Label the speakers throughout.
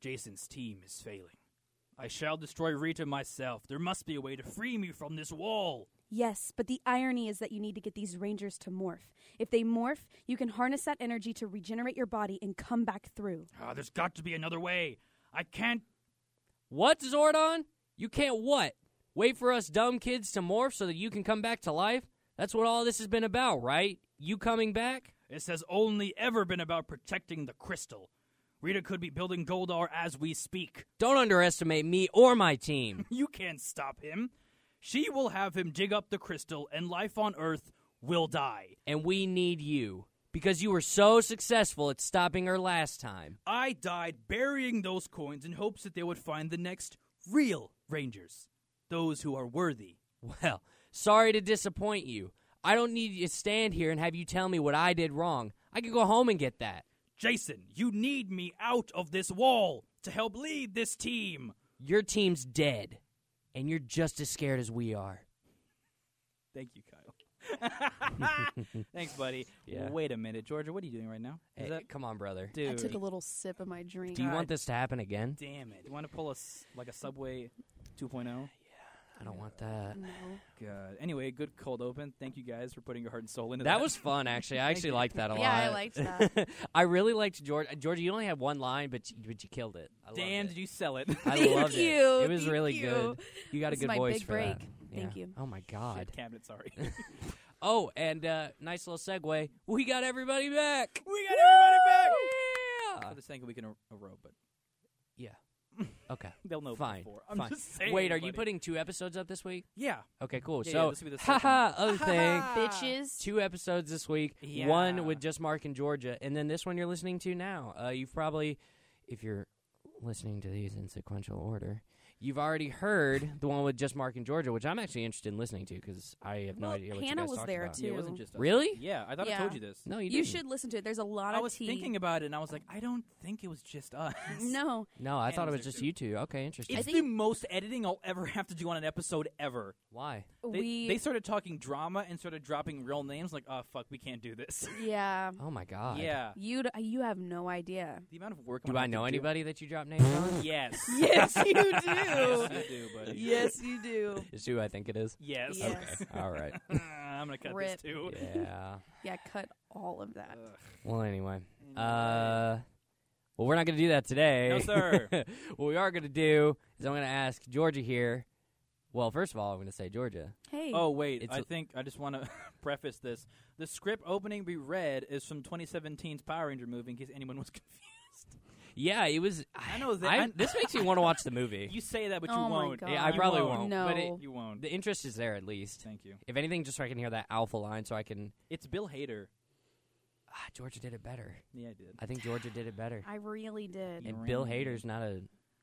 Speaker 1: Jason's team is failing. I shall destroy Rita myself. There must be a way to free me from this wall.
Speaker 2: Yes, but the irony is that you need to get these rangers to morph. If they morph, you can harness that energy to regenerate your body and come back through.
Speaker 1: Ah, there's got to be another way. I can't.
Speaker 3: What, Zordon? You can't what? Wait for us dumb kids to morph so that you can come back to life? That's what all this has been about, right? You coming back?
Speaker 1: This has only ever been about protecting the crystal. Rita could be building Goldar as we speak.
Speaker 3: Don't underestimate me or my team.
Speaker 1: You can't stop him. She will have him dig up the crystal, and life on Earth will die.
Speaker 3: and we need you. Because you were so successful at stopping her last time.
Speaker 1: I died burying those coins in hopes that they would find the next real Rangers, those who are worthy.
Speaker 3: Well, sorry to disappoint you. I don't need you to stand here and have you tell me what I did wrong. I can go home and get that.
Speaker 1: Jason, you need me out of this wall to help lead this team.
Speaker 3: Your team's dead, and you're just as scared as we are.
Speaker 1: Thank you, Kyle. Thanks, buddy.
Speaker 3: Yeah.
Speaker 1: Wait a minute, Georgia. What are you doing right now? Is
Speaker 3: Hey,
Speaker 1: that-
Speaker 3: come on, brother.
Speaker 1: dude?
Speaker 4: I took a little sip of my drink.
Speaker 3: Do you
Speaker 1: God.
Speaker 3: want this to happen again?
Speaker 1: Damn it! You want to pull us like a Subway 2.0?
Speaker 3: I don't want that.
Speaker 4: No.
Speaker 1: God. Anyway, good cold open. Thank you guys for putting your heart and soul into that.
Speaker 3: That was fun, actually. I actually liked that a lot.
Speaker 4: Yeah, I liked that.
Speaker 3: I really liked George. Georgia, you only had one line, but you, but you killed it. I loved
Speaker 1: Damn,
Speaker 3: it.
Speaker 1: did you sell it?
Speaker 3: I
Speaker 4: Thank
Speaker 3: loved
Speaker 4: you,
Speaker 3: it. It was
Speaker 4: thank
Speaker 3: really
Speaker 4: you.
Speaker 3: good. You got
Speaker 4: This is
Speaker 3: a good
Speaker 4: my
Speaker 3: voice
Speaker 4: big
Speaker 3: for
Speaker 4: break.
Speaker 3: that.
Speaker 4: Thank
Speaker 3: Yeah.
Speaker 4: you.
Speaker 3: Oh my god.
Speaker 1: Shit, cabinet, sorry.
Speaker 3: Oh, and uh, nice little segue. We got everybody back.
Speaker 1: we got everybody back!
Speaker 3: Yeah.
Speaker 1: For the second week in a, a row, er, but
Speaker 3: Yeah. Okay.
Speaker 1: they'll know
Speaker 3: Fine.
Speaker 1: Oh, before. I'm
Speaker 3: Fine.
Speaker 1: just saying.
Speaker 3: Wait, are
Speaker 1: buddy.
Speaker 3: you putting two episodes up this week?
Speaker 1: Yeah.
Speaker 3: Okay, cool.
Speaker 1: Yeah,
Speaker 3: so,
Speaker 1: yeah, this will be the second
Speaker 3: haha, other thing.
Speaker 2: Ah.
Speaker 4: Bitches.
Speaker 3: Two episodes this week.
Speaker 1: Yeah.
Speaker 3: One with just Mark and Georgia, and then this one you're listening to now. Uh, you've probably, if you're listening to these in sequential order, you've already heard the one with just Mark and Georgia, which I'm actually interested in listening to because I have no
Speaker 2: Well,
Speaker 3: idea what you
Speaker 2: Hannah
Speaker 3: guys
Speaker 2: was
Speaker 3: talked
Speaker 2: there,
Speaker 3: about.
Speaker 2: too.
Speaker 1: Yeah, it wasn't just us.
Speaker 3: Really?
Speaker 1: Yeah, I thought I
Speaker 4: Yeah.
Speaker 1: told you this.
Speaker 3: No, you,
Speaker 2: You
Speaker 3: didn't.
Speaker 2: should listen to it. There's a lot
Speaker 1: I
Speaker 2: of
Speaker 1: was
Speaker 2: tea.
Speaker 1: thinking about it, and I was like, I don't think it was just us.
Speaker 2: no,
Speaker 3: No, I thought
Speaker 1: Hannah
Speaker 3: it
Speaker 1: was
Speaker 3: was
Speaker 1: there,
Speaker 3: just
Speaker 1: too.
Speaker 3: you two. Okay, interesting.
Speaker 1: It's the most editing I'll ever have to do on an episode ever.
Speaker 3: Why?
Speaker 1: They,
Speaker 2: we
Speaker 1: they started talking drama and started dropping real names. Like, oh fuck, we can't do this.
Speaker 4: Yeah.
Speaker 3: Oh my god.
Speaker 1: yeah,
Speaker 2: you d- you have no idea.
Speaker 1: the amount of work. I'm
Speaker 3: Do
Speaker 1: gonna
Speaker 3: I
Speaker 1: have to
Speaker 3: know
Speaker 1: do-
Speaker 3: anybody that you drop names on?
Speaker 1: Yes.
Speaker 4: Yes, you do.
Speaker 1: yes, you do, buddy.
Speaker 4: yes, you do.
Speaker 3: It's who I think it is.
Speaker 1: Yes.
Speaker 4: Yes.
Speaker 3: All right.
Speaker 1: I'm gonna cut
Speaker 4: Rip.
Speaker 1: this too.
Speaker 3: Yeah.
Speaker 4: Yeah, cut all of that.
Speaker 1: Ugh.
Speaker 3: Well, anyway. Uh, well, we're not going to do that today.
Speaker 1: No, sir.
Speaker 3: what we are going to do is I'm going to ask Georgia here. Well, first of all, I'm going to say Georgia.
Speaker 2: Hey,
Speaker 1: Oh wait,
Speaker 3: It's
Speaker 1: I
Speaker 3: a-
Speaker 1: think I just want to preface this. The script opening we read is from 2017's Power Ranger movie. In case anyone was confused,
Speaker 3: Yeah, it was. I
Speaker 1: know that-
Speaker 3: I,
Speaker 1: I-
Speaker 3: this makes me want to watch the movie.
Speaker 1: you say that, but you
Speaker 4: Oh my
Speaker 1: won't.
Speaker 4: God.
Speaker 3: yeah, I
Speaker 1: You
Speaker 3: probably
Speaker 1: won't.
Speaker 3: won't.
Speaker 4: No.
Speaker 3: But it,
Speaker 1: You won't.
Speaker 3: the interest is there at least.
Speaker 1: Thank you.
Speaker 3: If anything, just so I can hear that alpha line, so I can.
Speaker 1: It's Bill Hader.
Speaker 3: Ah, Georgia did it better. Ah,
Speaker 1: Yeah, I did.
Speaker 3: I think Georgia did it better.
Speaker 2: I really did.
Speaker 1: You
Speaker 3: And Bill
Speaker 1: ran.
Speaker 3: Hader's not a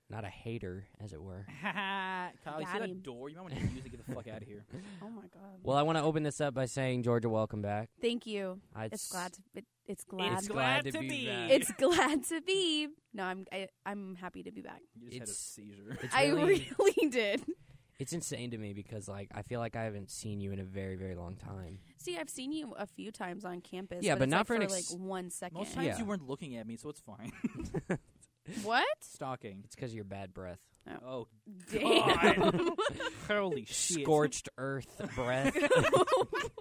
Speaker 3: not a hater, as it were.
Speaker 1: Kyle, you see
Speaker 2: Got
Speaker 1: that
Speaker 2: him.
Speaker 1: door? You might want to use it. Get the fuck out of here.
Speaker 2: Oh my god.
Speaker 3: Well, I want to open this up by saying, Georgia, welcome back.
Speaker 2: Thank you.
Speaker 3: I-
Speaker 2: It's, glad. To, it, it's glad.
Speaker 3: It's glad to be back.
Speaker 2: It's glad to be. No, I'm I, I'm happy to be back.
Speaker 1: You just had a
Speaker 3: It's-
Speaker 1: seizure.
Speaker 3: It's really,
Speaker 2: I really did.
Speaker 3: it's insane to me because like I feel like I haven't seen you in a very very long time.
Speaker 2: See, I've seen you a few times on campus.
Speaker 3: Yeah, but
Speaker 2: it's
Speaker 3: not
Speaker 2: like
Speaker 3: for an
Speaker 2: like
Speaker 3: ex-
Speaker 2: one second.
Speaker 1: Most times
Speaker 3: Yeah.
Speaker 1: you weren't looking at me, so it's fine.
Speaker 2: What?
Speaker 1: Stalking.
Speaker 3: It's because of your bad breath,
Speaker 1: Oh,
Speaker 2: Damn.
Speaker 1: holy shit!
Speaker 3: scorched earth breath.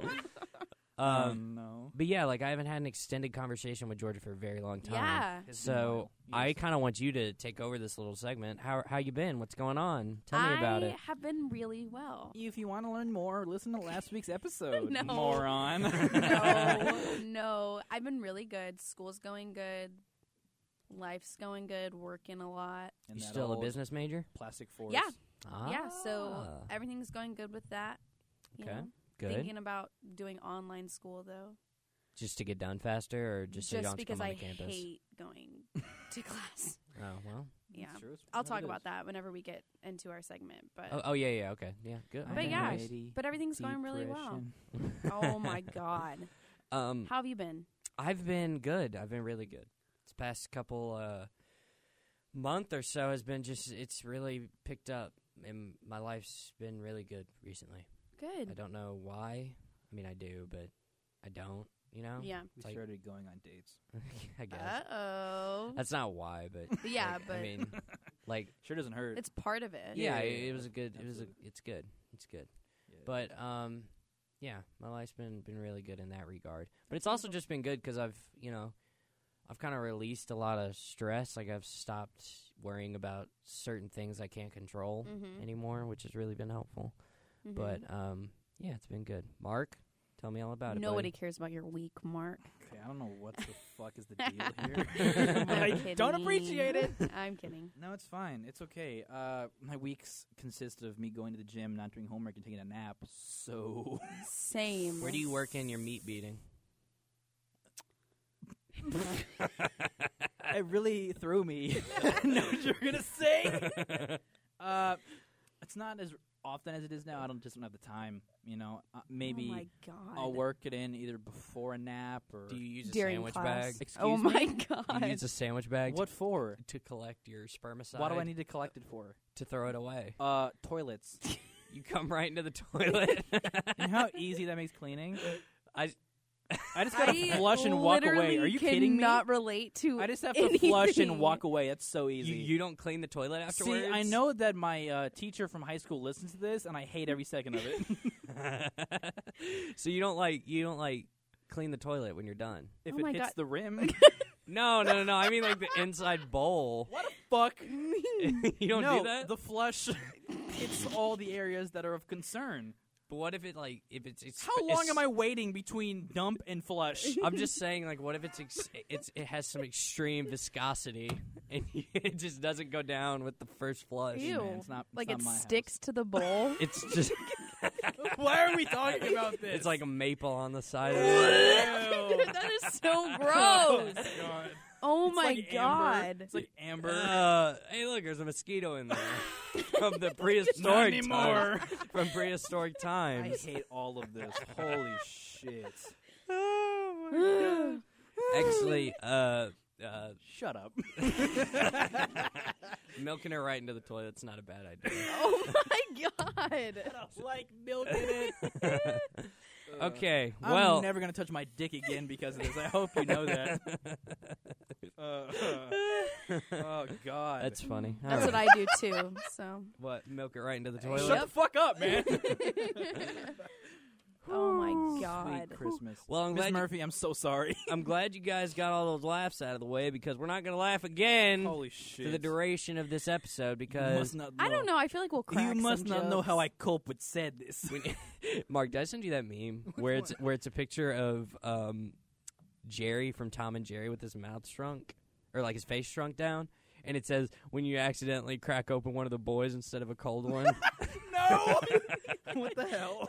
Speaker 1: Oh,
Speaker 3: um,
Speaker 1: no.
Speaker 3: but yeah, like I haven't had an extended conversation with Georgia for a very long time.
Speaker 2: yeah.
Speaker 1: It's been a
Speaker 3: So
Speaker 1: while.
Speaker 3: I
Speaker 1: Yes.
Speaker 3: kind of want you to take over this little segment. How how you been? What's going on? Tell me
Speaker 2: I
Speaker 3: about it.
Speaker 2: have been really well.
Speaker 1: If you want to learn more, listen to last week's episode,
Speaker 2: No.
Speaker 1: moron.
Speaker 2: no, no. I've been really good. School's going good. Life's going good. Working a lot.
Speaker 3: You still a business major?
Speaker 1: plastic force.
Speaker 2: Yeah.
Speaker 3: Ah,
Speaker 2: Yeah, so everything's going good with that. you
Speaker 3: Okay.
Speaker 2: know.
Speaker 3: good.
Speaker 2: Thinking about doing online school though.
Speaker 3: just to get done faster, or just, so you don't have to
Speaker 2: because
Speaker 3: come on
Speaker 2: I
Speaker 3: the campus?
Speaker 2: hate going to class.
Speaker 3: Oh well.
Speaker 2: Yeah.
Speaker 1: That's true. It's-
Speaker 2: I'll
Speaker 1: it
Speaker 2: talk
Speaker 1: is.
Speaker 2: about that whenever we get into our segment. But
Speaker 3: Oh, oh yeah yeah okay yeah good.
Speaker 2: But
Speaker 3: Okay,
Speaker 2: yeah,
Speaker 3: nice.
Speaker 2: but everything's going really well.
Speaker 1: Depression.
Speaker 2: Oh my god.
Speaker 3: Um,
Speaker 2: How have you been?
Speaker 3: I've been good. I've been really good. This past couple uh, month or so has been just it's really picked up, and my life's been really good recently. I
Speaker 2: Good.
Speaker 3: don't know why. I mean, I do, but I don't. You know?
Speaker 4: Yeah.
Speaker 1: We
Speaker 3: Like-
Speaker 1: started going on dates.
Speaker 3: I guess.
Speaker 4: Uh oh.
Speaker 3: That's not why, but
Speaker 4: But yeah,
Speaker 3: like,
Speaker 4: but-
Speaker 3: I mean, like,
Speaker 1: Sure doesn't hurt.
Speaker 4: It's part of it.
Speaker 3: yeah,
Speaker 1: yeah,
Speaker 3: it,
Speaker 1: yeah,
Speaker 3: it was a good. It was a.
Speaker 1: absolutely.
Speaker 3: It's good. It's good.
Speaker 1: Yeah.
Speaker 3: But um, yeah, my life's been been really good in that regard. But it's also just been good because I've you know, I've kind of released a lot of stress. Like I've stopped worrying about certain things I can't control
Speaker 2: Mm-hmm,
Speaker 4: Mhm.
Speaker 3: anymore, which has really been helpful.
Speaker 4: Mhm.
Speaker 3: But uh, um, yeah, it's been good. Mark, tell me all about
Speaker 4: Nobody
Speaker 3: it.
Speaker 4: cares about your weak mark.
Speaker 1: okay, I don't know what the fuck is the deal here.
Speaker 4: I'm
Speaker 1: but I don't
Speaker 4: kidding.
Speaker 1: appreciate it.
Speaker 4: I'm kidding.
Speaker 1: No, it's fine. It's okay. Uh, my weeks consist of me going to the gym, not doing homework, and taking a nap. So
Speaker 4: Same.
Speaker 3: buddy. Where do you
Speaker 2: Oh
Speaker 3: work in your meat beating?
Speaker 1: it really threw me. I know what you're gonna say. Uh, it's not as often as it is now. I don't just don't have the time. You know, uh, maybe
Speaker 4: Oh my god.
Speaker 1: I'll work it in either before a nap or.
Speaker 3: Do you use a
Speaker 4: during
Speaker 3: sandwich
Speaker 4: class.
Speaker 3: bag?
Speaker 4: oh
Speaker 1: Excuse
Speaker 4: my
Speaker 1: me?
Speaker 4: god.
Speaker 3: You use a sandwich bag to
Speaker 1: what for?
Speaker 3: to collect your spermicide.
Speaker 1: Why do I need to collect it for?
Speaker 3: to throw it away?
Speaker 1: Uh, toilets.
Speaker 3: You come right into the toilet.
Speaker 1: you know how easy that makes cleaning.
Speaker 3: I
Speaker 1: I just gotta
Speaker 4: I
Speaker 1: flush and walk away.
Speaker 4: literally
Speaker 1: Are you kidding me?
Speaker 4: Not relate to.
Speaker 1: I just have to flush and
Speaker 4: anything.
Speaker 1: walk away. It's so easy.
Speaker 3: you, you don't clean the toilet afterwards.
Speaker 1: See, I know that my uh, teacher from high school listens to this, and I hate every second of it.
Speaker 3: so you don't like you don't like clean the toilet when you're done.
Speaker 1: if
Speaker 4: Oh
Speaker 1: it
Speaker 4: my
Speaker 1: hits
Speaker 4: God.
Speaker 1: the rim,
Speaker 3: No, no, no, no. I mean like the inside bowl.
Speaker 1: what a fuck!
Speaker 3: you don't
Speaker 1: no,
Speaker 3: do that.
Speaker 1: The flush hits all the areas that are of concern.
Speaker 3: but what if it like if it's, it's
Speaker 1: How long am I waiting between dump and flush?
Speaker 3: I'm just saying, like, what if it's ex- it's it has some extreme viscosity and it just doesn't go down with the first flush?
Speaker 4: Ew.
Speaker 1: Man, it's not- it's
Speaker 4: like
Speaker 1: not
Speaker 4: it
Speaker 1: my house.
Speaker 4: sticks to the bowl.
Speaker 3: It's just
Speaker 1: Why are we talking about this?
Speaker 3: it's like a maple on the side. of it.
Speaker 1: Ew.
Speaker 4: that is so gross.
Speaker 1: God.
Speaker 4: Oh my
Speaker 1: It's like
Speaker 4: god.
Speaker 1: Amber. It's like amber.
Speaker 3: Uh, hey, look, there's a mosquito in there from the prehistoric
Speaker 1: Not
Speaker 3: times.
Speaker 1: anymore.
Speaker 3: From prehistoric
Speaker 1: I
Speaker 3: times.
Speaker 1: hate all of this. Holy shit! Oh,
Speaker 3: Actually, uh, uh,
Speaker 1: Shut up.
Speaker 3: milking her right into the toilet's not a bad idea.
Speaker 4: oh my god.
Speaker 1: like milk in it.
Speaker 3: Okay,
Speaker 1: I'm
Speaker 3: well,
Speaker 1: never gonna touch my dick again because of this. I hope you know that. Uh, oh God.
Speaker 3: that's funny. All
Speaker 4: That's
Speaker 3: right.
Speaker 4: what I do too. So.
Speaker 3: What, milk it right into the
Speaker 1: Shut
Speaker 3: toilet?
Speaker 1: the fuck up, man.
Speaker 4: oh my god.
Speaker 1: Sweet Christmas.
Speaker 3: Well, I'm
Speaker 1: Miss
Speaker 3: glad,
Speaker 1: Murphy, I'm so sorry.
Speaker 3: I'm glad you guys got all those laughs out of the way because we're not going to laugh again
Speaker 1: Holy shit.
Speaker 3: for the duration of this episode
Speaker 1: You
Speaker 3: because
Speaker 1: must not know.
Speaker 4: I don't know. I feel like we'll crack
Speaker 1: You must
Speaker 4: some
Speaker 1: not know
Speaker 4: jokes.
Speaker 1: how I cope with said this.
Speaker 3: Mark, did I send you that meme where it's where it's a picture of um, Jerry from Tom and Jerry with his mouth shrunk or like his face shrunk down, and it says when you accidentally crack open one of the boys instead of a cold one.
Speaker 1: no. what the hell?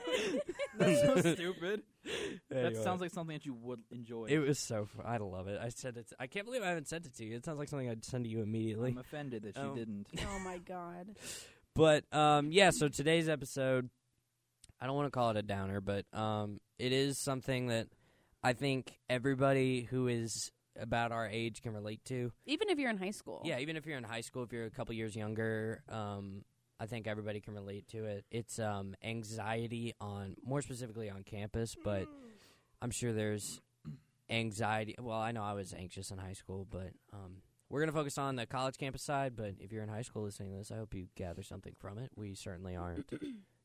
Speaker 1: That's so stupid.
Speaker 3: Anyway,
Speaker 1: That sounds like something that you would enjoy.
Speaker 3: it was so. Fun. I love it. I said it. I can't believe I haven't sent it to you. It sounds like something I'd send to you immediately.
Speaker 1: I'm offended that
Speaker 3: Oh.
Speaker 1: she didn't.
Speaker 4: Oh my god.
Speaker 3: But um, yeah, so today's episode, I don't want to call it a downer, but um, it is something that I think everybody who is about our age can relate to.
Speaker 4: Even if you're in high school.
Speaker 3: Yeah, even if you're in high school, if you're a couple years younger, um, I think everybody can relate to it. It's um, anxiety on, more specifically on campus, but I'm sure there's anxiety. Well, I know I was anxious in high school, but um, we're going to focus on the college campus side. But if you're in high school listening to this, I hope you gather something from it. We certainly aren't,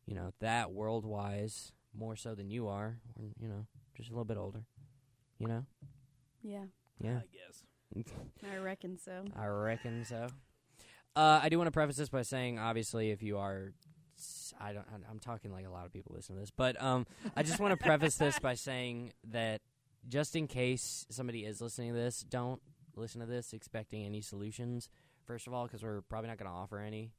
Speaker 3: you know, that world wise more so than you are. We're, you know, just a little bit older, you know?
Speaker 4: Yeah.
Speaker 3: Yeah.
Speaker 1: I guess.
Speaker 4: I reckon so.
Speaker 3: I reckon so. Uh, I do want to preface this by saying, obviously, if you are, s- I don't, I'm- I'm talking like a lot of people listen to this, but um, I just want to preface this by saying that just in case somebody is listening to this, don't listen to this expecting any solutions. First of all, because we're probably not going to offer any,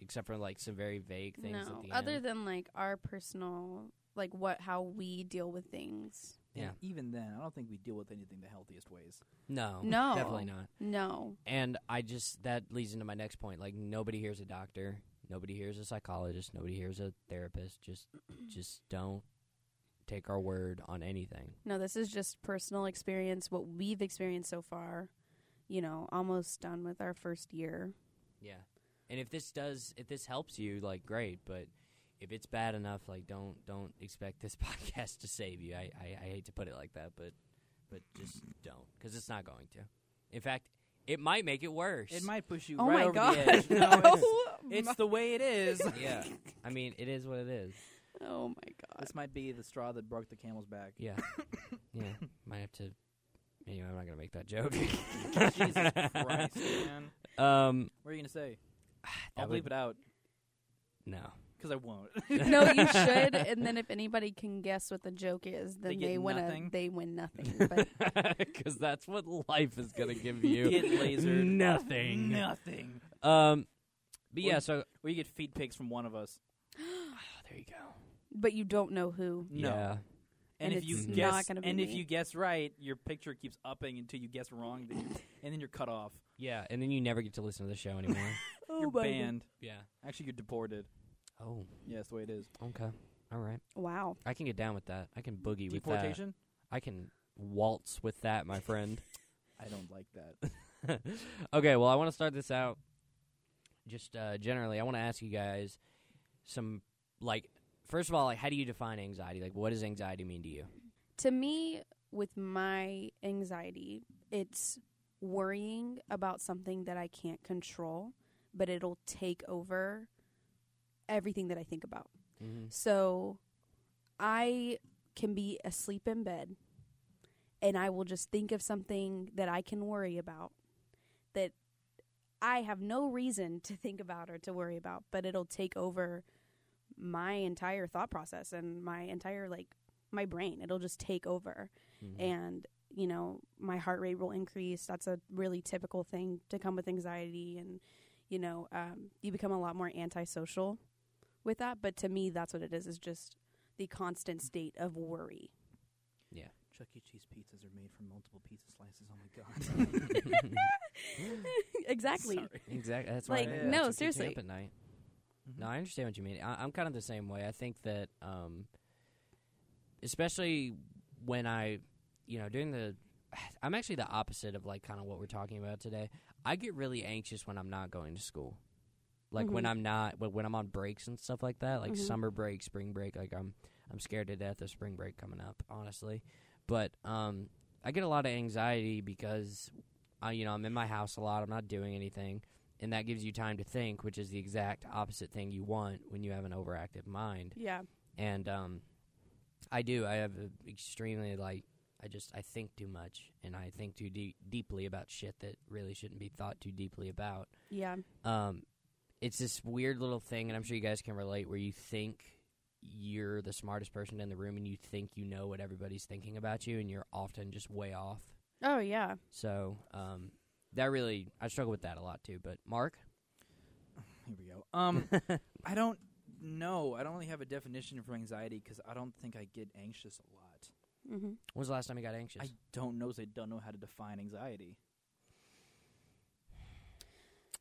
Speaker 3: except for like some very vague things. at
Speaker 4: no.
Speaker 3: the
Speaker 4: Other
Speaker 3: end.
Speaker 4: than like our personal like what how we deal with things.
Speaker 3: Yeah.
Speaker 1: And even then, I don't think we deal with anything the healthiest ways.
Speaker 3: no,
Speaker 4: No.
Speaker 3: definitely not.
Speaker 4: No.
Speaker 3: And I just that leads into my next point. Like nobody hears a doctor, nobody hears a psychologist, nobody hears a therapist. Just just don't take our word on anything.
Speaker 4: No, this is just personal experience what we've experienced so far. You know, almost done with our first year.
Speaker 3: Yeah. And if this does if this helps you, like great, but if it's bad enough, like don't don't expect this podcast to save you. I, I, I hate to put it like that, but but just don't because it's not going to. In fact, it might make it worse.
Speaker 1: It might push you
Speaker 4: Oh
Speaker 1: right
Speaker 4: my
Speaker 1: over
Speaker 4: God.
Speaker 1: the edge. You know, it's,
Speaker 4: Oh
Speaker 1: it's
Speaker 4: my-
Speaker 1: the way it is.
Speaker 3: Yeah, I mean, it is what it is.
Speaker 4: oh my god.
Speaker 1: this might be the straw that broke the camel's back.
Speaker 3: Yeah, yeah. Might have to. Anyway, I'm not gonna make that joke.
Speaker 1: Jesus Christ, man.
Speaker 3: Um,
Speaker 1: What are you gonna say?
Speaker 3: that
Speaker 1: I'll leave
Speaker 3: would-
Speaker 1: it out
Speaker 3: No.
Speaker 1: because I won't.
Speaker 4: no, you should. And then if anybody can guess what the joke is,
Speaker 1: They
Speaker 4: then
Speaker 1: get
Speaker 4: they, win.
Speaker 1: nothing.
Speaker 4: A, they win nothing. But
Speaker 3: Because that's what life is gonna give you.
Speaker 1: Get lasered.
Speaker 3: Nothing.
Speaker 1: Nothing.
Speaker 3: Um, but
Speaker 1: Well,
Speaker 3: yeah. So
Speaker 1: Or you get feed pigs from one of us.
Speaker 3: oh, there you go.
Speaker 4: but you don't know who.
Speaker 1: No.
Speaker 3: Yeah.
Speaker 1: And,
Speaker 4: And
Speaker 1: if you
Speaker 3: it's not
Speaker 1: guess,
Speaker 4: gonna be
Speaker 1: and if
Speaker 4: me.
Speaker 1: you guess right, your picture keeps upping until you guess wrong, then you, and then you're cut off.
Speaker 3: Yeah, and then you never get to listen to the show anymore.
Speaker 4: Oh,
Speaker 1: you're banned.
Speaker 3: yeah.
Speaker 1: Actually, you're deported.
Speaker 3: Oh.
Speaker 1: Yeah, that's the way it is.
Speaker 3: Okay. All right.
Speaker 4: Wow.
Speaker 3: I can get down with that. I can boogie with that.
Speaker 1: Deportation.
Speaker 3: I can waltz with that, my friend.
Speaker 1: I don't like that.
Speaker 3: okay, well, I want to start this out just uh, generally. I want to ask you guys some, like, first of all, like, how do you define anxiety? Like, what does anxiety mean to you?
Speaker 4: To me, with my anxiety, it's worrying about something that I can't control, but it'll take over everything that I think about.
Speaker 3: Mm-hmm.
Speaker 4: So I can be asleep in bed and I will just think of something that I can worry about that I have no reason to think about or to worry about, but it'll take over my entire thought process and my entire like my brain. It'll just take over and you know my heart rate will increase that's a really typical thing to come with anxiety and you know um, you become a lot more antisocial with that but to me that's what it is is just the constant state of worry
Speaker 1: Chuck E. Cheese pizzas are made from multiple pizza slices. Oh my god.
Speaker 4: exactly
Speaker 1: Sorry.
Speaker 3: Exactly. That's
Speaker 4: Like,
Speaker 3: why I,
Speaker 1: no,
Speaker 3: that's what keeps me
Speaker 4: seriously.
Speaker 3: Up at night.
Speaker 1: Mhm.
Speaker 3: No, I understand what you mean. I, I'm kind of the same way. I think that, um, especially when I, you know, doing the, I'm actually the opposite of like kind of what we're talking about today. I get really anxious when I'm not going to school, like when
Speaker 4: Mhm.
Speaker 3: I'm not when when I'm on breaks and stuff like that, like
Speaker 4: Mhm.
Speaker 3: summer break, spring break. Like I'm I'm scared to death of spring break coming up, honestly. But um, I get a lot of anxiety because I, you know, I'm in my house a lot. I'm not doing anything, and that gives you time to think, which is the exact opposite thing you want when you have an overactive mind.
Speaker 4: yeah
Speaker 3: And um, I do. I have a extremely like. I just I think too much, and I think too deep deeply about shit that really shouldn't be thought too deeply about
Speaker 4: yeah
Speaker 3: um, it's this weird little thing, and I'm sure you guys can relate, where you think you're the smartest person in the room, and you think you know what everybody's thinking about you, and you're often just way off.
Speaker 4: oh yeah
Speaker 3: So um, that really, I struggle with that a lot too. But Mark,
Speaker 1: Here we go. Um, I don't know. I don't really have a definition for anxiety because I don't think I get anxious a lot.
Speaker 4: mm-hmm.
Speaker 3: when's the last time you got anxious?
Speaker 1: I don't know. 'cause I don't know how to define anxiety.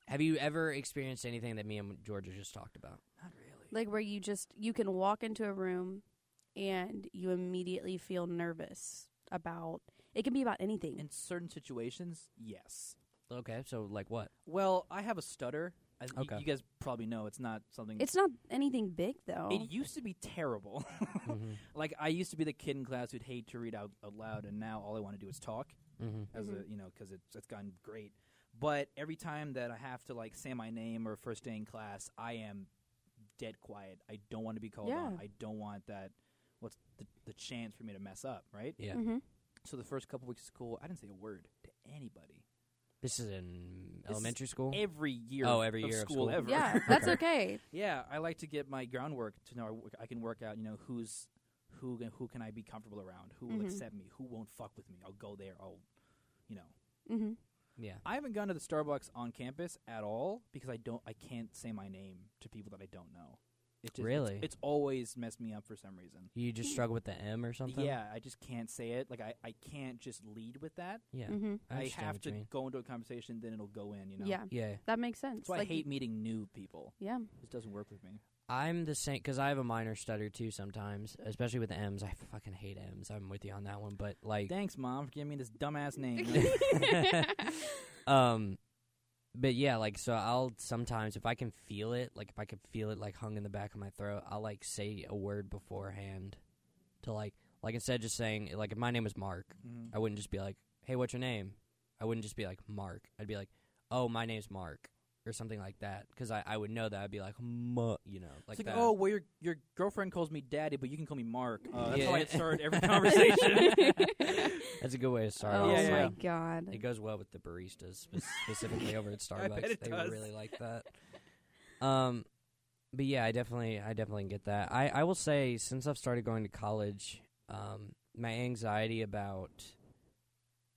Speaker 3: Have you ever experienced anything that me and Georgia just talked about?
Speaker 1: Not really.
Speaker 4: like where you just you can walk into a room and you immediately feel nervous about it can be about anything
Speaker 1: In certain situations, yes.
Speaker 3: Okay, so like what?
Speaker 1: Well, I have a stutter. As y-
Speaker 3: Okay.
Speaker 1: you guys probably know, it's not something.
Speaker 4: it's not anything big though
Speaker 1: it used to be terrible.
Speaker 3: Mhm.
Speaker 1: like I used to be the kid in class who'd hate to read out, out loud, and now all I want to do is talk.
Speaker 3: Mhm.
Speaker 1: As
Speaker 4: Mhm.
Speaker 1: a you know, because it's it's gotten great. But every time that I have to like say my name or first day in class, I am dead quiet. I don't want to be called on.
Speaker 4: Yeah.
Speaker 1: I don't want that. What's the, the chance for me to mess up, right?
Speaker 3: Yeah,
Speaker 4: mm-hmm.
Speaker 1: So the first couple weeks of school, I didn't say a word to anybody.
Speaker 3: this is in
Speaker 1: is
Speaker 3: elementary school.
Speaker 1: Every year,
Speaker 3: Oh, every
Speaker 1: of
Speaker 3: year of
Speaker 1: school,
Speaker 3: school.
Speaker 1: ever.
Speaker 4: yeah that's
Speaker 3: Okay.
Speaker 4: okay
Speaker 1: Yeah, I like to get my groundwork to know I work- I can work out. You know who's who can- who can I be comfortable around? Who will
Speaker 3: Mm-hmm.
Speaker 4: Mhm.
Speaker 1: accept me? Who won't fuck with me? I'll go there. I'll you know.
Speaker 4: mm-hmm.
Speaker 3: yeah,
Speaker 1: I haven't gone to the Starbucks on campus at all because I don't I can't say my name to people that I don't know. It just,
Speaker 3: Really?
Speaker 1: it's, it's always messed me up for some reason.
Speaker 3: you just struggle with the M or something.
Speaker 1: Yeah, I just can't say it. Like I, I can't just lead with that.
Speaker 3: yeah.
Speaker 4: Mm-hmm.
Speaker 3: I,
Speaker 1: I,
Speaker 3: understand
Speaker 1: have
Speaker 3: what you
Speaker 1: to
Speaker 3: mean.
Speaker 1: go into a conversation, then it'll go in. You know.
Speaker 4: Yeah,
Speaker 3: Yeah.
Speaker 4: that makes sense.
Speaker 1: That's why
Speaker 4: Like,
Speaker 1: I hate meeting new people.
Speaker 4: Yeah,
Speaker 1: This doesn't work with me.
Speaker 3: I'm the same because I have a minor stutter too sometimes, especially with M's. I fucking hate M's. I'm with you on that one, but like,
Speaker 1: Thanks, mom, for giving me this dumbass name.
Speaker 3: um, but yeah, like so I'll sometimes if I can feel it, like if I can feel it like hung in the back of my throat, I'll like say a word beforehand to like like instead of just saying like if my name was Mark, I wouldn't just be like, "Hey, what's your name?" I wouldn't just be like Mark. I'd be like, "Oh, my name's Mark." Or something like that, because I, I would know that I'd be like, "Mu," you know, like,
Speaker 1: it's like,
Speaker 3: that.
Speaker 1: oh, well, your your girlfriend calls me daddy, but you can call me Mark. Uh, that's
Speaker 3: Yeah.
Speaker 1: how I start every conversation.
Speaker 3: That's a good way to start.
Speaker 4: oh
Speaker 3: off.
Speaker 1: yeah, yeah.
Speaker 4: my god.
Speaker 3: It goes well with the baristas, spe- specifically over at
Speaker 1: I bet
Speaker 3: Starbucks.
Speaker 1: it
Speaker 3: they
Speaker 1: does.
Speaker 3: really like that. Um, but yeah, I definitely, I definitely get that. I, I will say, since I've started going to college, um, my anxiety about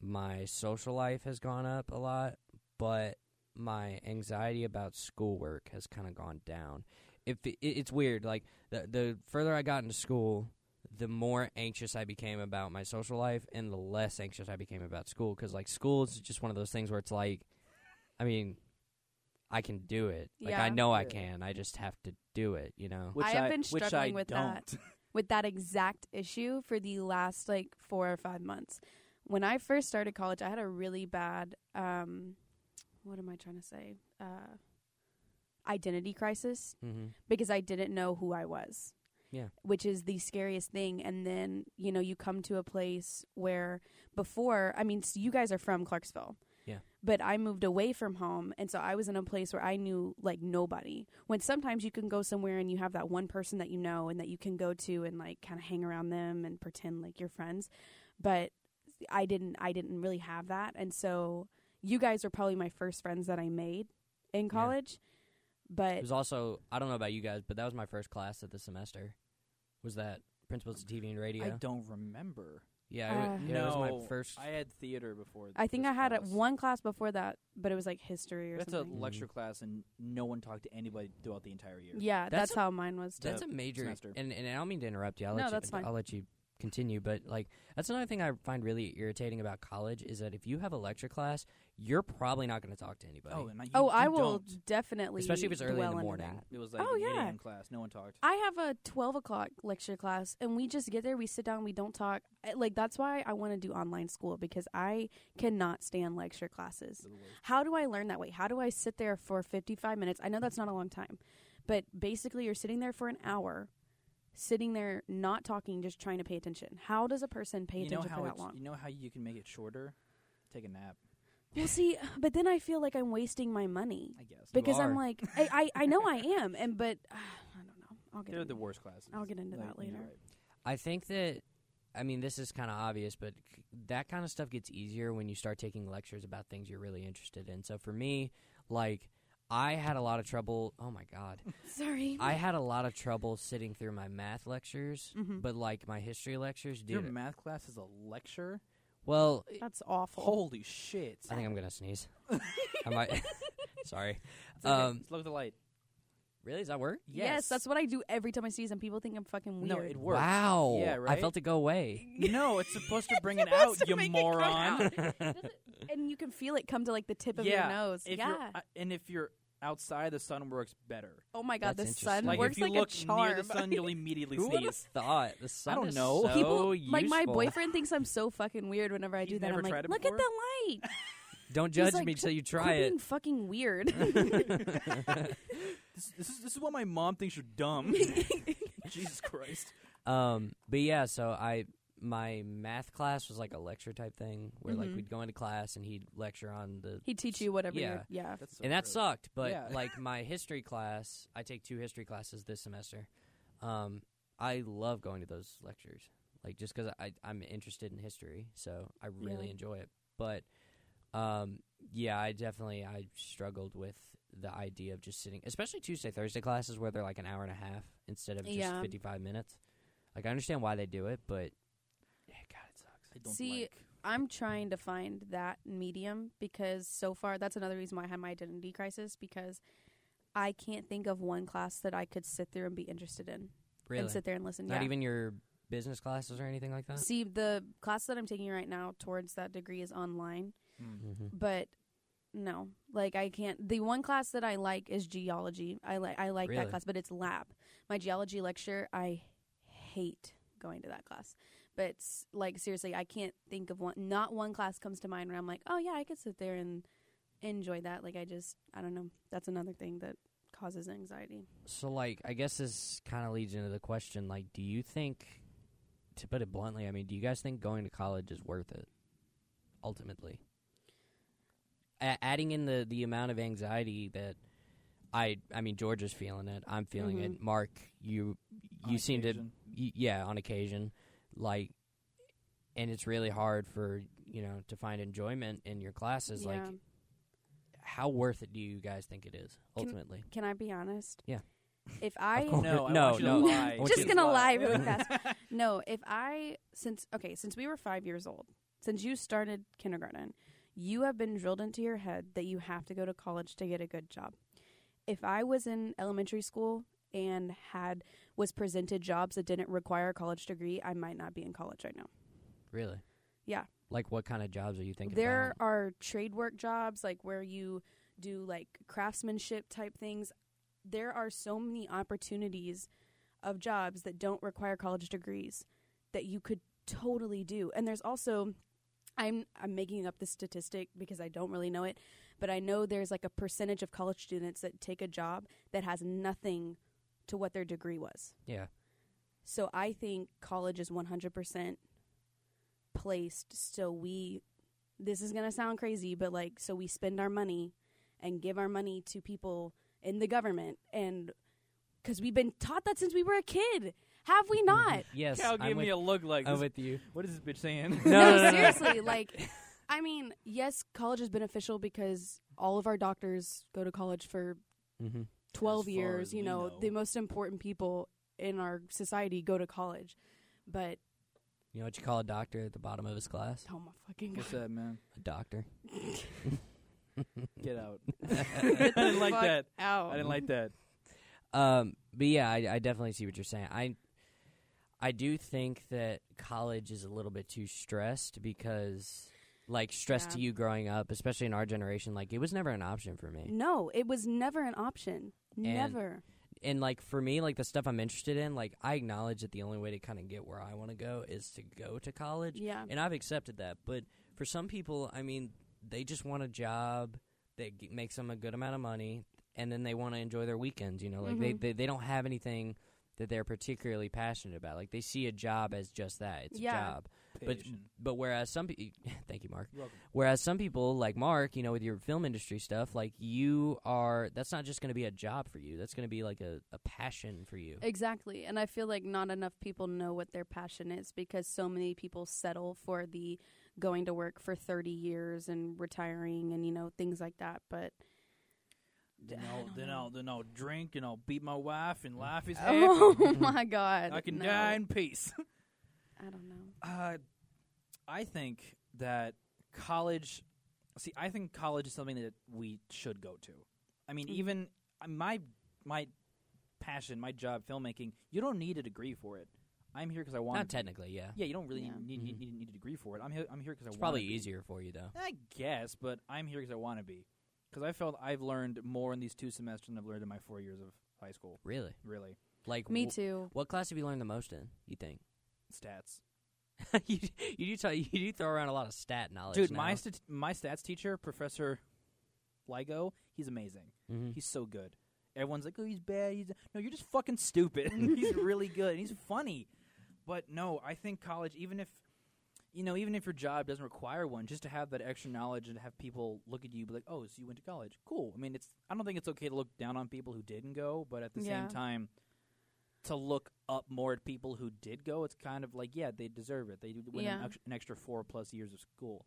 Speaker 3: my social life has gone up a lot, but my anxiety about schoolwork has kind of gone down. If it, it, it's weird, like the the further I got into school, the more anxious I became about my social life and the less anxious I became about school because like school is just one of those things where it's like I mean I can do it. Like I
Speaker 4: Yeah.
Speaker 3: know I
Speaker 1: Yeah.
Speaker 3: can. I just have to do it, you know.
Speaker 1: which
Speaker 4: I have been
Speaker 1: which I
Speaker 4: struggling with that.
Speaker 1: don't.
Speaker 4: with that exact issue for the last like four or five months. When I first started college, I had a really bad, um, what am I trying to say? Uh, identity crisis
Speaker 3: Mm-hmm.
Speaker 4: because I didn't know who I was.
Speaker 3: Yeah.
Speaker 4: Which is the scariest thing. And then, you know, you come to a place where before, I mean, so you guys are from Clarksville.
Speaker 3: Yeah.
Speaker 4: But I moved away from home. And so I was in a place where I knew like nobody. When sometimes you can go somewhere and you have that one person that you know and that you can go to and like kind of hang around them and pretend like you're friends. But I didn't, I didn't really have that. And so you guys were probably my first friends that I made in college.
Speaker 3: It
Speaker 4: But
Speaker 3: was also I don't know about you guys, but that was my first class of the semester. Was that Principles of TV and
Speaker 1: I
Speaker 3: Radio?
Speaker 1: don't remember.
Speaker 3: yeah, it wa-
Speaker 4: Uh,
Speaker 3: yeah, it was my first.
Speaker 1: I had theater before.
Speaker 4: I think
Speaker 1: this
Speaker 4: I had a
Speaker 1: class.
Speaker 4: one class before that, but it was like history or
Speaker 1: That's a
Speaker 4: something.
Speaker 1: lecture class, and no one talked to anybody throughout the entire year.
Speaker 4: yeah,
Speaker 3: That's
Speaker 4: that's,
Speaker 3: a-
Speaker 4: how mine was.
Speaker 3: that's a
Speaker 1: the
Speaker 3: major
Speaker 1: semester.
Speaker 3: and and I don't mean to interrupt you. I'll
Speaker 4: No,
Speaker 3: let you,
Speaker 4: that's fine.
Speaker 3: I'll let you continue, but like that's another thing I find really irritating about college is that if you have a lecture class, you're probably not going to talk to anybody.
Speaker 1: Oh, and I, you,
Speaker 4: oh,
Speaker 1: you
Speaker 4: I will
Speaker 1: don't.
Speaker 4: definitely,
Speaker 3: Especially if it's early in
Speaker 4: dwell
Speaker 3: the
Speaker 4: into
Speaker 3: morning.
Speaker 4: that.
Speaker 1: It was like
Speaker 4: Oh,
Speaker 1: an 8
Speaker 4: yeah.
Speaker 1: a.m. class. No one talked.
Speaker 4: I have a twelve o'clock lecture class, and we just get there, we sit down, we don't talk. I- Like that's why I want to do online school because I cannot stand lecture classes.
Speaker 1: It's the worst.
Speaker 4: How do I learn that way? How do I sit there for 55 minutes? I know that's not a long time, but basically, you're sitting there for an hour, sitting there not talking, just trying to pay attention. How does a person pay
Speaker 1: You know
Speaker 4: attention
Speaker 1: how
Speaker 4: for that
Speaker 1: it's,
Speaker 4: long?
Speaker 1: you know how you can make it shorter. Take a nap,
Speaker 4: Well, see, but then I feel like I'm wasting my money
Speaker 1: I guess.
Speaker 3: You
Speaker 4: because
Speaker 3: are.
Speaker 4: I'm like, I, I, I know I am, and but uh, I don't know. I'll get
Speaker 1: They're
Speaker 4: into
Speaker 1: the worst classes.
Speaker 4: I'll get into
Speaker 1: Like,
Speaker 4: that later.
Speaker 1: you're right.
Speaker 3: I think that I mean this is kind of obvious, but c- that kind of stuff gets easier when you start taking lectures about things you're really interested in. So for me, like I had a lot of trouble. Oh my god,
Speaker 4: it. Sorry.
Speaker 3: I had a lot of trouble sitting through my math lectures,
Speaker 4: Mhm.
Speaker 3: but like my history lectures,
Speaker 1: Your
Speaker 3: dude.
Speaker 1: math class is a lecture.
Speaker 3: well,
Speaker 4: That's awful.
Speaker 1: Holy shit!
Speaker 3: I think I'm gonna sneeze. I might. Sorry.
Speaker 1: It's okay.
Speaker 3: Um,
Speaker 1: Just look at the light.
Speaker 3: Really? Does that work?
Speaker 4: yes. that's what I do every time I sneeze, and people think I'm fucking weird.
Speaker 1: No, it works.
Speaker 3: Wow.
Speaker 1: Yeah,
Speaker 3: I
Speaker 1: right?
Speaker 3: felt it go away.
Speaker 1: No, it's supposed to bring it
Speaker 4: supposed
Speaker 1: out,
Speaker 4: to
Speaker 1: you
Speaker 4: make it come
Speaker 1: moron.
Speaker 4: out. and you can feel it come to like the tip of
Speaker 1: Yeah,
Speaker 4: your nose.
Speaker 1: If
Speaker 4: yeah.
Speaker 1: you're, uh, and if you're outside, the sun works better.
Speaker 4: oh my god,
Speaker 3: That's
Speaker 4: the sun
Speaker 3: interesting.
Speaker 1: Like
Speaker 4: works
Speaker 1: if you
Speaker 4: like
Speaker 1: look
Speaker 4: a charm.
Speaker 1: near the sun, you'll immediately
Speaker 3: Who would have
Speaker 1: sneeze.
Speaker 3: thought? The sun
Speaker 1: don't
Speaker 3: is
Speaker 1: know.
Speaker 3: so
Speaker 4: People like my
Speaker 3: useful.
Speaker 4: boyfriend thinks I'm so fucking weird whenever I
Speaker 1: You've
Speaker 4: do that.
Speaker 1: oh, never
Speaker 4: I'm like,
Speaker 1: tried it
Speaker 4: look
Speaker 1: before?"
Speaker 4: at the light.
Speaker 3: Don't judge
Speaker 4: like,
Speaker 3: me till you
Speaker 4: Quit
Speaker 3: try it.
Speaker 4: Being fucking weird.
Speaker 1: This, this is this is why my mom thinks you're dumb. Jesus Christ!
Speaker 3: Um, but yeah, so I my math class was like a lecture type thing where
Speaker 4: Mhm.
Speaker 3: like
Speaker 1: Mm-hmm.
Speaker 3: we'd go into class and he'd lecture on the
Speaker 4: He'd teach you whatever.
Speaker 3: Yeah.
Speaker 4: You're, yeah.
Speaker 1: That's so
Speaker 3: and that
Speaker 1: gross.
Speaker 3: sucked. But
Speaker 1: Yeah.
Speaker 3: like my history class, I take two history classes this semester. Um, I love going to those lectures, like just because I I'm interested in history, so I really
Speaker 4: Yeah.
Speaker 3: enjoy it. But um, yeah, I definitely I struggled with the idea of just sitting, especially Tuesday Thursday classes where they're like an hour and a half instead of just
Speaker 4: Yeah.
Speaker 3: 55 minutes. Like I understand why they do it, but yeah, God, it sucks.
Speaker 1: I don't
Speaker 4: See,
Speaker 1: like.
Speaker 4: I'm trying to find that medium because so far that's another reason why I had my identity crisis because I can't think of one class that I could sit there and be interested in
Speaker 3: Really,
Speaker 4: and sit there and listen.
Speaker 3: not
Speaker 4: yeah.
Speaker 3: even your business classes or anything like that.
Speaker 4: See, the class that I'm taking right now towards that degree is online,
Speaker 3: Mm-hmm.
Speaker 4: but no, like I can't. The one class that I like is geology. I like I like
Speaker 3: Really?
Speaker 4: that class, but it's lab. My geology lecture, I hate going to that class. But s- like seriously, I can't think of one. Not one class comes to mind where I'm like, oh yeah, I could sit there and enjoy that. Like I just I don't know. That's another thing that causes anxiety.
Speaker 3: So, like, I guess this kind of leads into the question: like, do you think, to put it bluntly, I mean, do you guys think going to college is worth it? Ultimately, A- adding in the the amount of anxiety that I, I mean, George is feeling it. I'm feeling it. Mark, you,
Speaker 1: on
Speaker 3: you seem to,
Speaker 1: occasion.
Speaker 3: y- yeah, on occasion, like, and it's really hard for you know to find enjoyment in your classes. Like,
Speaker 4: Yeah.
Speaker 3: how worth it do you guys think it is ultimately?
Speaker 4: Can I be honest?
Speaker 3: Yeah.
Speaker 4: If I
Speaker 3: course.
Speaker 1: No, I
Speaker 3: No,
Speaker 1: want you to
Speaker 3: no.
Speaker 1: lie.
Speaker 3: I want Just you to
Speaker 4: gonna lie really fast. no, if I since okay, since we were 5 years old, since you started kindergarten, you have been drilled into your head that you have to go to college to get a good job. If I was in elementary school and had was presented jobs that didn't require a college degree, I might not be in college right now.
Speaker 3: really?
Speaker 4: Yeah.
Speaker 3: Like, what kind of jobs are you thinking
Speaker 4: there
Speaker 3: about?
Speaker 4: are trade work jobs like where you do like craftsmanship type things there are so many opportunities of jobs that don't require college degrees that you could totally do and there's also i'm i'm making up the statistic because i don't really know it but i know there's like a percentage of college students that take a job that has nothing to what their degree was
Speaker 3: Yeah.
Speaker 4: so I think college is 100% placed so we this is going to sound crazy but like so we spend our money and give our money to people in the government and cuz we've been taught that since we were a kid. Have we not?
Speaker 3: Mm-hmm. Yes,
Speaker 1: Cal
Speaker 3: I'm
Speaker 1: gave
Speaker 3: with,
Speaker 1: me a look like,
Speaker 3: I'm
Speaker 1: this-
Speaker 3: with you.
Speaker 1: what is this bitch saying?
Speaker 3: No, no, no, no, no.
Speaker 4: seriously, like I mean, yes, college is beneficial because all of our doctors go to college for
Speaker 3: Mm-hmm.
Speaker 4: 12
Speaker 1: far
Speaker 4: years,
Speaker 1: as
Speaker 4: you
Speaker 1: we
Speaker 4: know,
Speaker 1: know.
Speaker 4: the most important people in our society go to college. But
Speaker 3: You know what you call a doctor at the bottom of his class?
Speaker 4: oh my fucking god.
Speaker 1: What's that, man?
Speaker 3: A doctor.
Speaker 1: Get out. I didn't like
Speaker 4: Fuck
Speaker 1: that.
Speaker 4: Out.
Speaker 1: I didn't like that.
Speaker 3: Um, but yeah, I, I definitely see what you're saying. I, I do think that college is a little bit too stressed because, like, stress
Speaker 4: Yeah.
Speaker 3: to you growing up, especially in our generation, like it was never an option for me.
Speaker 4: No, it was never an option. Never.
Speaker 3: And like for me, like the stuff I'm interested in, like I acknowledge that the only way to kind of get where I want to go is to go to college.
Speaker 4: Yeah.
Speaker 3: and I've accepted that. But for some people, I mean, they just want a job that g- makes them a good amount of money, and then they want to enjoy their weekends. You know, like they,
Speaker 4: Mhm.
Speaker 3: they they don't have anything that they're particularly passionate about. Like they see a job as just that. It's
Speaker 4: Yeah.
Speaker 3: a job. But
Speaker 1: Patient.
Speaker 3: but whereas some people, thank you, Mark.
Speaker 1: You're welcome.
Speaker 3: Whereas some people like Mark, you know, with your film industry stuff, like you are that's not just going to be a job for you. That's going to be like a, a passion for you.
Speaker 4: Exactly. And I feel like not enough people know what their passion is because so many people settle for the going to work for 30 years and retiring and, you know, things like that. But
Speaker 1: Then
Speaker 4: I
Speaker 1: I'll
Speaker 4: don't
Speaker 1: then
Speaker 4: know.
Speaker 1: I'll then I'll drink and I'll beat my wife and life is happy.
Speaker 4: oh my God.
Speaker 1: I can
Speaker 4: no.
Speaker 1: die in peace.
Speaker 4: I don't know.
Speaker 1: Uh, I think that college. See, I think college is something that we should go to. I mean,
Speaker 3: Mm.
Speaker 4: Mhm.
Speaker 1: even I- my my passion, my job, filmmaking. You don't need a degree for it. I'm here because I want.
Speaker 3: Not
Speaker 1: to-
Speaker 3: technically, yeah.
Speaker 1: yeah, you don't really
Speaker 4: Yeah.
Speaker 1: need,
Speaker 3: Mhm.
Speaker 1: need, need need a degree for it. I'm here. I'm here because I
Speaker 3: It's
Speaker 1: want.
Speaker 3: probably easier for you though.
Speaker 1: I guess, but I'm here because I want to be. Because I felt I've learned more in these two semesters than I've learned in my four years of high school.
Speaker 3: Really?
Speaker 1: Really,
Speaker 3: Like
Speaker 4: Me
Speaker 3: wh-
Speaker 4: too.
Speaker 3: What class have you learned the most in? You think?
Speaker 1: stats.
Speaker 3: you, you do tell you do throw around a lot of stat knowledge,
Speaker 1: Dude,
Speaker 3: now.
Speaker 1: my stat- my stats teacher, Professor Ligo, he's amazing.
Speaker 3: Mhm.
Speaker 1: He's so good. Everyone's like, "Oh, he's bad." He's no, you're just fucking stupid. he's really good. And he's funny. But no, I think college, even if you know, even if your job doesn't require one, just to have that extra knowledge and have people look at you, be like, "Oh, so you went to college? Cool." I mean, it's I don't think it's okay to look down on people who didn't go, but at the
Speaker 4: Yeah.
Speaker 1: same time, to look up more at people who did go, it's kind of like, yeah, they deserve it. They did win an,
Speaker 4: Yeah.
Speaker 1: ex- an extra four plus years of school.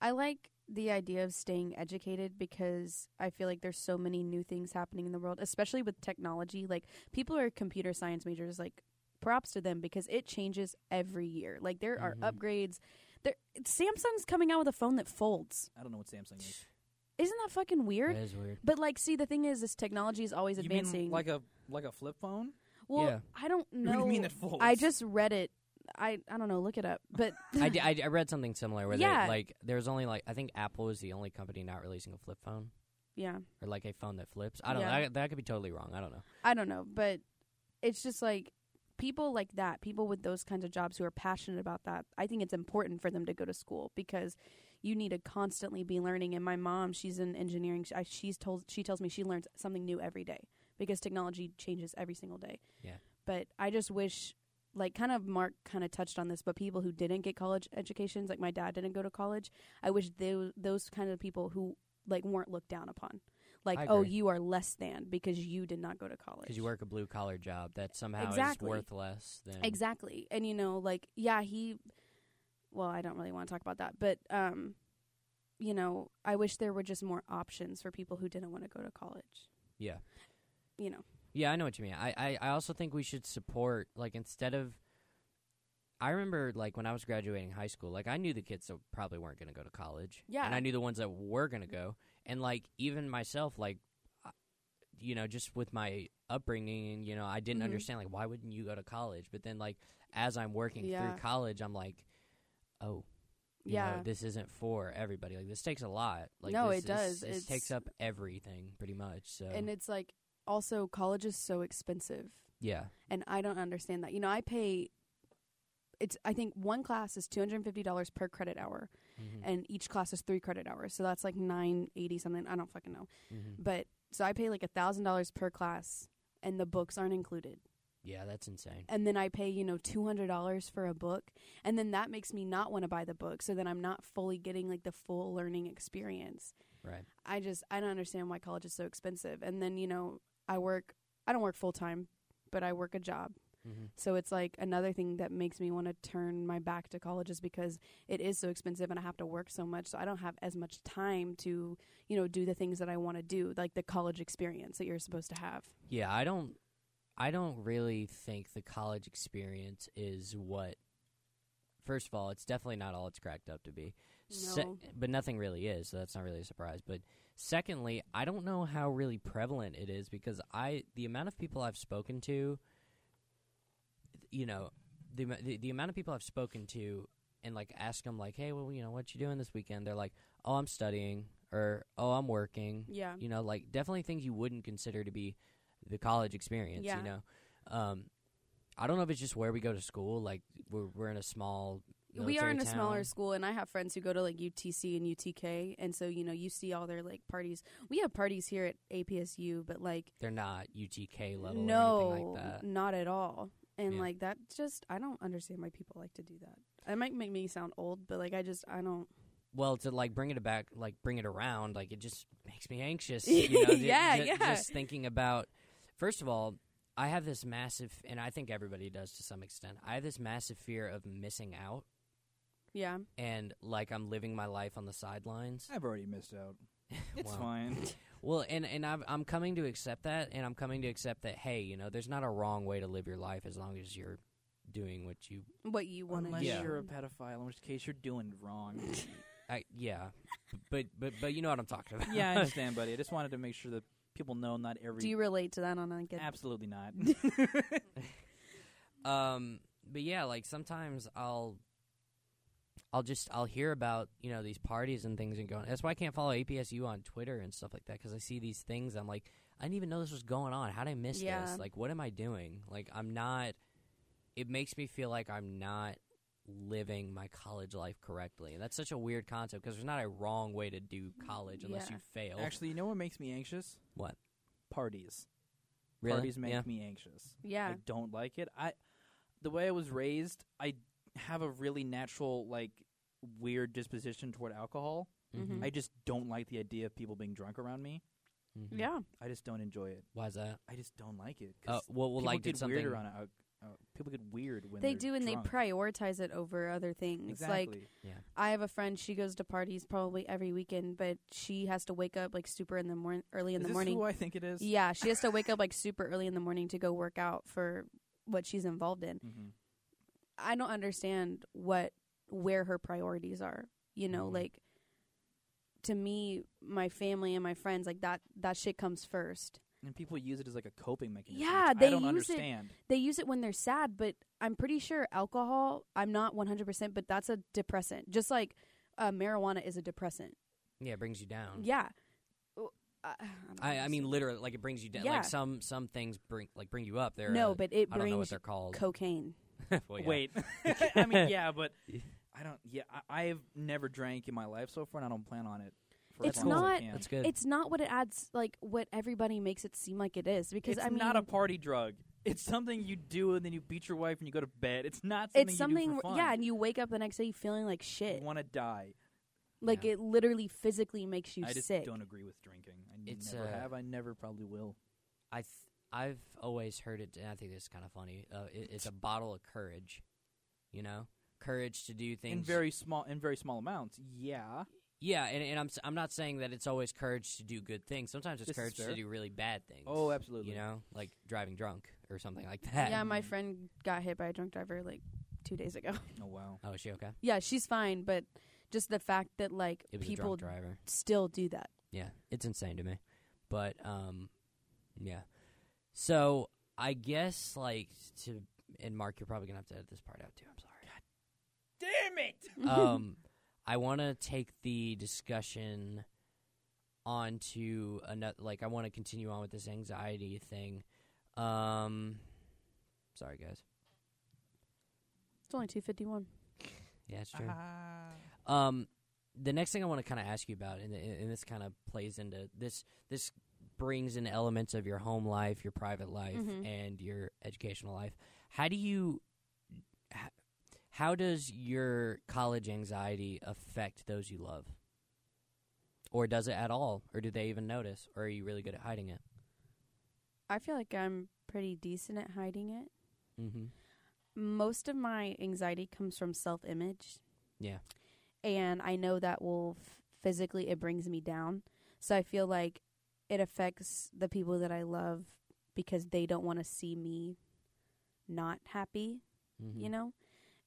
Speaker 4: I like the idea of staying educated because I feel like there's so many new things happening in the world, especially with technology. Like people who are computer science majors, like props to them because it changes every year. Like there are
Speaker 3: Mhm.
Speaker 4: upgrades. There Samsung's coming out with a phone that folds.
Speaker 1: I don't know what Samsung is.
Speaker 4: Isn't that fucking weird?
Speaker 3: That is weird.
Speaker 4: But like see the thing is this technology is always
Speaker 1: you
Speaker 4: advancing.
Speaker 1: mean like a like a flip phone?
Speaker 4: well,
Speaker 3: Yeah.
Speaker 4: I don't know.
Speaker 1: What do you mean it folds?
Speaker 4: I just read it. I I don't know, look it up. But
Speaker 3: I, d- I d- I read something similar where
Speaker 4: Yeah.
Speaker 3: they like there's only like I think Apple was the only company not releasing a flip phone
Speaker 4: yeah.
Speaker 3: or like a phone that flips. I don't know.
Speaker 4: Yeah.
Speaker 3: That, that could be totally wrong. I don't know.
Speaker 4: I don't know, but it's just like people like that, people with those kinds of jobs who are passionate about that. I think it's important for them to go to school because you need to constantly be learning. And my mom, she's in engineering. She, I, she's told she tells me she learns something new every day because technology changes every single day.
Speaker 3: Yeah.
Speaker 4: But I just wish, like, kind of Mark kind of touched on this, but people who didn't get college educations, like my dad didn't go to college. I wish those those kind of people who like weren't looked down upon. Like,
Speaker 3: I
Speaker 4: oh,
Speaker 3: agree.
Speaker 4: you are less than because you did not go to college.
Speaker 3: because you work a blue collar job that somehow
Speaker 4: Exactly.
Speaker 3: is worth less than
Speaker 4: Exactly. And you know, like yeah, he well, I don't really want to talk about that, but um you know, I wish there were just more options for people who didn't want to go to college.
Speaker 3: Yeah.
Speaker 4: You know.
Speaker 3: Yeah, I know what you mean. I, I, I also think we should support, like, instead of. I remember, like, when I was graduating high school, like, I knew the kids that probably weren't going to go to college.
Speaker 4: Yeah.
Speaker 3: And I knew the ones that were going to go. And, like, even myself, like, I- you know, just with my upbringing, and, you know, I didn't
Speaker 4: Mhm.
Speaker 3: understand, like, why wouldn't you go to college? But then, like, as I'm working
Speaker 4: Yeah.
Speaker 3: through college, I'm like, oh. You
Speaker 4: Yeah.
Speaker 3: know, this isn't for everybody. Like this takes a lot. Like
Speaker 4: No,
Speaker 3: this
Speaker 4: it does.
Speaker 3: Is, this
Speaker 4: It's-
Speaker 3: takes up everything pretty much. So
Speaker 4: And it's like also college is so expensive
Speaker 3: yeah,
Speaker 4: and I don't understand that. You know, I pay it's I think one class is $250 per credit hour
Speaker 3: Mhm.
Speaker 4: and each class is 3 credit hours. So that's like 980 something. I don't fucking know.
Speaker 3: Mhm.
Speaker 4: But so I pay like a $1000 per class and the books aren't included.
Speaker 3: yeah, that's insane.
Speaker 4: and then I pay, you know, $200 for a book, and then that makes me not want to buy the book, so then I'm not fully getting like the full learning experience.
Speaker 3: Right.
Speaker 4: I just I don't understand why college is so expensive. And then, you know, I work I don't work full-time, but I work a job.
Speaker 3: Mm-hmm.
Speaker 4: So it's like another thing that makes me want to turn my back to college is because it is so expensive and I have to work so much, so I don't have as much time to, you know, do the things that I want to do, like the college experience that you're supposed to have.
Speaker 3: Yeah, I don't I don't really think the college experience is what First of all, it's definitely not all it's cracked up to be. Se-
Speaker 4: No.
Speaker 3: but nothing really is, so that's not really a surprise. But secondly, I don't know how really prevalent it is because I the amount of people I've spoken to you know, the am- the, the amount of people I've spoken to and like ask them like, "Hey, well, you know, what you doing this weekend?" They're like, "Oh, I'm studying." Or, "Oh, I'm working."
Speaker 4: Yeah.
Speaker 3: you know like definitely things you wouldn't consider to be the college experience
Speaker 4: Yeah.
Speaker 3: you know um i don't know if it's just where we go to school like we're, we're in a small
Speaker 4: we are
Speaker 3: military
Speaker 4: in a smaller
Speaker 3: town.
Speaker 4: school and i have friends who go to like utc and utk and so you know you see all their like parties we have parties here at apsu but like
Speaker 3: they're not utk level or anything
Speaker 4: no
Speaker 3: like that
Speaker 4: not at all and
Speaker 3: Yeah.
Speaker 4: like that just i don't understand why people like to do that it might make me sound old but like i just i don't
Speaker 3: well to like bring it back like bring it around like it just makes me anxious you know ju-
Speaker 4: Yeah,
Speaker 3: ju-
Speaker 4: yeah.
Speaker 3: just thinking about first of all i have this massive and i think everybody does to some extent i have this massive fear of missing out
Speaker 4: yeah
Speaker 3: and like i'm living my life on the sidelines
Speaker 1: I've already missed out. It's
Speaker 3: Wow.
Speaker 1: fine.
Speaker 3: Well, and and I've, I'm coming to accept that, and I'm coming to accept that. Hey, you know, there's not a wrong way to live your life as long as you're doing what you.
Speaker 4: what you want to
Speaker 1: Unless
Speaker 4: do
Speaker 3: Yeah.
Speaker 1: you're a pedophile, in which case you're doing it wrong.
Speaker 3: I, yeah, but but but you know what I'm talking about.
Speaker 1: yeah, I understand, buddy. I just wanted to make sure that people know not every.
Speaker 4: do you relate to that on a good
Speaker 1: Absolutely not.
Speaker 3: um, but yeah, like sometimes I'll. I'll just I'll hear about you know these parties and things and going. That's why I can't follow APSU on Twitter and stuff like that because I see these things. I'm like, I didn't even know this was going on. How did I miss
Speaker 4: Yeah.
Speaker 3: this? Like, what am I doing? Like, I'm not. It makes me feel like I'm not living my college life correctly, and that's such a weird concept because there's not a wrong way to do college unless
Speaker 4: Yeah.
Speaker 3: you fail.
Speaker 1: Actually, you know what makes me anxious?
Speaker 3: What?
Speaker 1: Parties.
Speaker 3: Really?
Speaker 1: Parties make
Speaker 3: yeah.
Speaker 1: me anxious.
Speaker 4: yeah
Speaker 1: I don't like it. I the way I was raised, I have a really natural like weird disposition toward alcohol.
Speaker 4: Mhm.
Speaker 1: I just don't like the idea of people being drunk around me.
Speaker 3: Mhm.
Speaker 4: yeah
Speaker 1: I just don't enjoy it.
Speaker 3: Why's that?
Speaker 1: I just don't like it. 'cause
Speaker 3: Uh, well, well,
Speaker 1: people
Speaker 3: like
Speaker 1: get
Speaker 3: did something.
Speaker 1: weirder on a, uh, people get weird when
Speaker 4: they
Speaker 1: they're
Speaker 4: do and
Speaker 1: drunk.
Speaker 4: they prioritize it over other things like
Speaker 1: Exactly.
Speaker 4: I have a friend. She goes to parties probably every weekend, but she has to wake up like super in the morning, early in
Speaker 1: is
Speaker 4: the
Speaker 1: this
Speaker 4: morning.
Speaker 1: who I think it is?
Speaker 4: yeah, she has to wake up like super early in the morning to go work out for what she's involved in.
Speaker 1: Mhm.
Speaker 4: I don't understand what where her priorities are. You know,
Speaker 3: Mhm.
Speaker 4: like to me, my family and my friends, like that that shit comes first.
Speaker 1: And people use it as like a coping mechanism.
Speaker 4: Yeah,
Speaker 1: which I
Speaker 4: they
Speaker 1: don't
Speaker 4: use it-
Speaker 1: understand.
Speaker 4: They use it when they're sad, but I'm pretty sure alcohol. I'm not 100, percent but that's a depressant. Just like uh, marijuana is a depressant.
Speaker 3: Yeah, it brings you down.
Speaker 4: Yeah. Oh, I, I don't
Speaker 3: Mm. I, I
Speaker 4: know.
Speaker 3: mean, literally, like it brings you down.
Speaker 4: Yeah.
Speaker 3: Like some some things bring like bring you up. There, Uh,
Speaker 4: no, but it
Speaker 3: I don't know what
Speaker 4: brings
Speaker 3: they're called.
Speaker 4: cocaine.
Speaker 3: Well, Oh, yeah.
Speaker 1: Wait. I mean, yeah, but I don't. Yeah, I, I've never drank in my life so far, and I don't plan on it. For
Speaker 2: It's
Speaker 1: as long as I
Speaker 2: not-
Speaker 1: can.
Speaker 3: That's good.
Speaker 2: It's not what it adds, like what everybody makes it seem like it is. Because
Speaker 1: it's
Speaker 2: I mean,
Speaker 1: not a party drug. It's something you do and then you beat your wife and you go to bed. It's not something
Speaker 2: it's
Speaker 1: you
Speaker 2: something,
Speaker 1: do for fun.
Speaker 2: yeah. And you wake up the next day feeling like shit.
Speaker 1: you want to die.
Speaker 2: Like
Speaker 3: Yeah.
Speaker 2: it literally physically makes you
Speaker 1: I just
Speaker 2: sick.
Speaker 1: don't agree with drinking. I
Speaker 3: It's,
Speaker 1: never
Speaker 3: uh,
Speaker 1: have. I never probably will.
Speaker 3: I th- I've always heard it, and I think this is kind of funny. Uh, it, it's a bottle of courage, you know, courage to do things.
Speaker 1: In very small, in very small amounts. Yeah,
Speaker 3: yeah, and, and I'm s- I'm not saying that it's always courage to do good things. Sometimes it's
Speaker 1: This is
Speaker 3: courage to
Speaker 1: fair.
Speaker 3: do really bad things.
Speaker 1: Oh, absolutely.
Speaker 3: You know, like driving drunk or something like that.
Speaker 4: yeah, my friend got hit by a drunk driver like two days ago.
Speaker 1: Oh wow.
Speaker 3: Oh, is she okay?
Speaker 4: yeah, she's fine, but just the fact that like
Speaker 3: It was
Speaker 4: people
Speaker 3: a drunk driver.
Speaker 4: still do that.
Speaker 3: Yeah, it's insane to me. But um, yeah. So I guess like to and Mark, you're probably gonna have to edit this part out too. I'm sorry.
Speaker 1: Damn it!
Speaker 3: um, I want to take the discussion on to another. Like, I want to continue on with this anxiety thing. Um, sorry, guys.
Speaker 4: It's only two fifty one.
Speaker 3: Yeah, it's
Speaker 1: Uh-huh.
Speaker 3: true.
Speaker 1: Ah.
Speaker 3: Um, the next thing I want to kind of ask you about, and, and this kind of plays into this. This brings in elements of your home life, your private life,
Speaker 4: Mhm.
Speaker 3: and your educational life. How do you? h- How does your college anxiety affect those you love? Or does it at all? Or do they even notice? Or are you really good at hiding it?
Speaker 4: I feel like I'm pretty decent at hiding it.
Speaker 3: Mm-hmm.
Speaker 4: Most of my anxiety comes from self image.
Speaker 3: Yeah.
Speaker 4: And I know that will f- physically, it brings me down. So I feel like it affects the people that I love because they don't want to see me not happy,
Speaker 3: Mm-hmm.
Speaker 4: you know?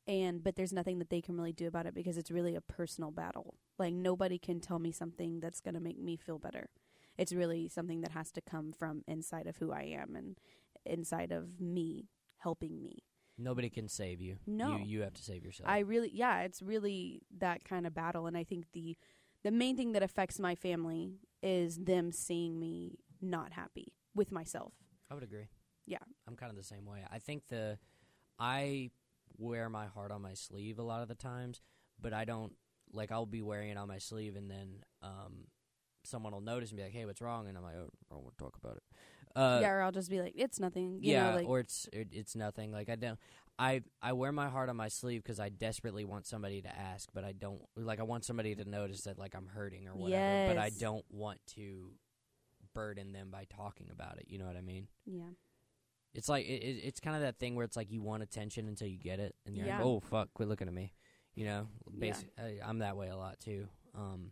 Speaker 4: And, but there's nothing that they can really do about it because it's really a personal battle. Like, nobody can tell me something that's going to make me feel better. It's really something that has to come from inside of who I am and inside of me helping me.
Speaker 3: Nobody can save you.
Speaker 4: No.
Speaker 3: You, you have to save yourself.
Speaker 4: I really, yeah, it's really that kind of battle, and I think the the main thing that affects my family is them seeing me not happy with myself.
Speaker 3: I would agree.
Speaker 4: Yeah.
Speaker 3: I'm kind of the same way. I think the I wear my heart on my sleeve a lot of the times, but I don't like I'll be wearing it on my sleeve and then um someone will notice and be like, "Hey, what's wrong?" and I'm like, "Oh, I don't want to talk about it." Uh
Speaker 4: yeah, or I'll just be like, it's nothing. You
Speaker 3: yeah,
Speaker 4: know, like,
Speaker 3: or it's it, it's nothing. Like I don't I I wear my heart on my sleeve cuz I desperately want somebody to ask, but I don't like I want somebody to notice that like I'm hurting or whatever, but I
Speaker 4: Yes.
Speaker 3: don't want to burden them by talking about it. You know what I mean?
Speaker 4: yeah,
Speaker 3: It's like it, it, it's kind of that thing where it's like you want attention until you get it, and you're like,
Speaker 4: Yeah.
Speaker 3: "Oh fuck, quit looking at me," you know.
Speaker 4: Yeah.
Speaker 3: Basic, I, I'm that way a lot too. Um,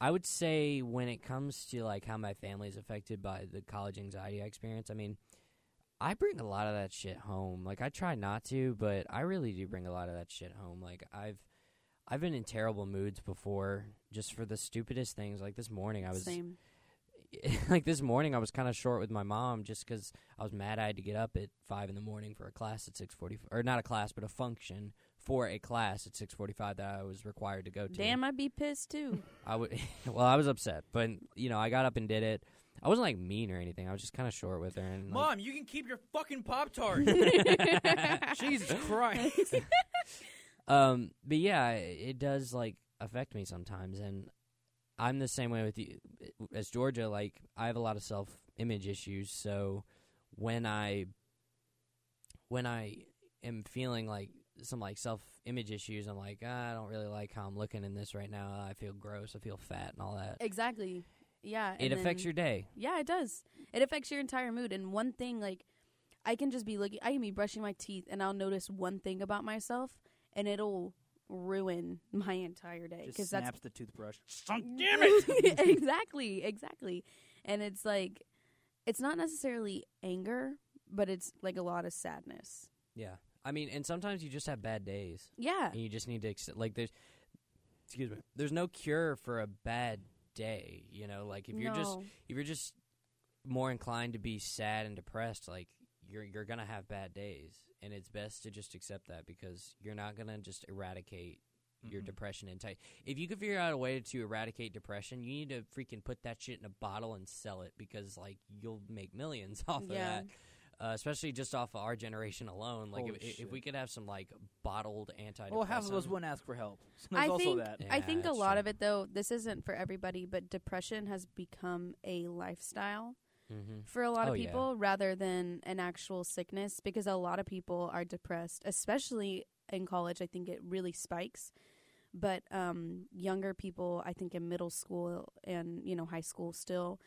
Speaker 3: I would say when it comes to like how my family is affected by the college anxiety I experience, I mean, I bring a lot of that shit home. Like I try not to, but I really do bring a lot of that shit home. Like I've I've been in terrible moods before just for the stupidest things. Like this morning, I was
Speaker 4: same.
Speaker 3: like this morning I was kind of short with my mom just 'cause I was mad I had to get up at five in the morning for a class at six forty or not a class but a function for a class at six forty five that I was required to go to.
Speaker 4: Damn, I'd be pissed too.
Speaker 3: I would well I was upset but you know I got up and did it. I wasn't like mean or anything. I was just kind of short with her and like,
Speaker 1: Mom, you can keep your fucking pop tart. Jesus Christ!
Speaker 3: Um, but yeah, i- it does like affect me sometimes, and I'm the same way with you as Georgia. Like I have a lot of self image issues, so when I when I am feeling like some like self image issues, I'm like "Ah, I don't really like how I'm looking in this right now. I feel gross. I feel fat and all that.
Speaker 4: exactly. Yeah,
Speaker 3: It
Speaker 4: and
Speaker 3: affects
Speaker 4: then-
Speaker 3: your day.
Speaker 4: Yeah, it does. It affects your entire mood. And one thing, like, I can just be looking, I can be brushing my teeth, and I'll notice one thing about myself, and it'll ruin my entire day
Speaker 1: Just
Speaker 4: because that's
Speaker 1: snaps the toothbrush. Damn it!
Speaker 4: exactly, exactly. And it's like it's not necessarily anger, but it's like a lot of sadness.
Speaker 3: Yeah, I mean, and sometimes you just have bad days.
Speaker 4: Yeah.
Speaker 3: and you just need to accept like there's excuse me there's no cure for a bad day you know like if you're just
Speaker 4: No.
Speaker 3: if you're just more inclined to be sad and depressed like you're you're gonna have bad days and it's best to just accept that because you're not gonna just eradicate your
Speaker 1: Mhm.
Speaker 3: depression entire if you could figure out a way to eradicate depression you need to freaking put that shit in a bottle and sell it because like you'll make millions off
Speaker 4: Yeah.
Speaker 3: of that uh, especially just off of our generation alone. Like
Speaker 1: Holy
Speaker 3: if, if
Speaker 1: shit.
Speaker 3: we could have some like bottled antidepressant.
Speaker 1: Well, half of us wouldn't ask for help. So there's
Speaker 4: I
Speaker 1: also
Speaker 4: think
Speaker 1: that.
Speaker 3: Yeah,
Speaker 4: I think a
Speaker 3: that's
Speaker 4: lot
Speaker 3: true.
Speaker 4: of it though. This isn't for everybody, but depression has become a lifestyle
Speaker 3: hmm
Speaker 4: for a lot
Speaker 3: Oh,
Speaker 4: of
Speaker 3: yeah.
Speaker 4: people rather than an actual sickness because a lot of people are depressed, especially in college. I think it really spikes. But um, younger people, I think in middle school and you know high school, still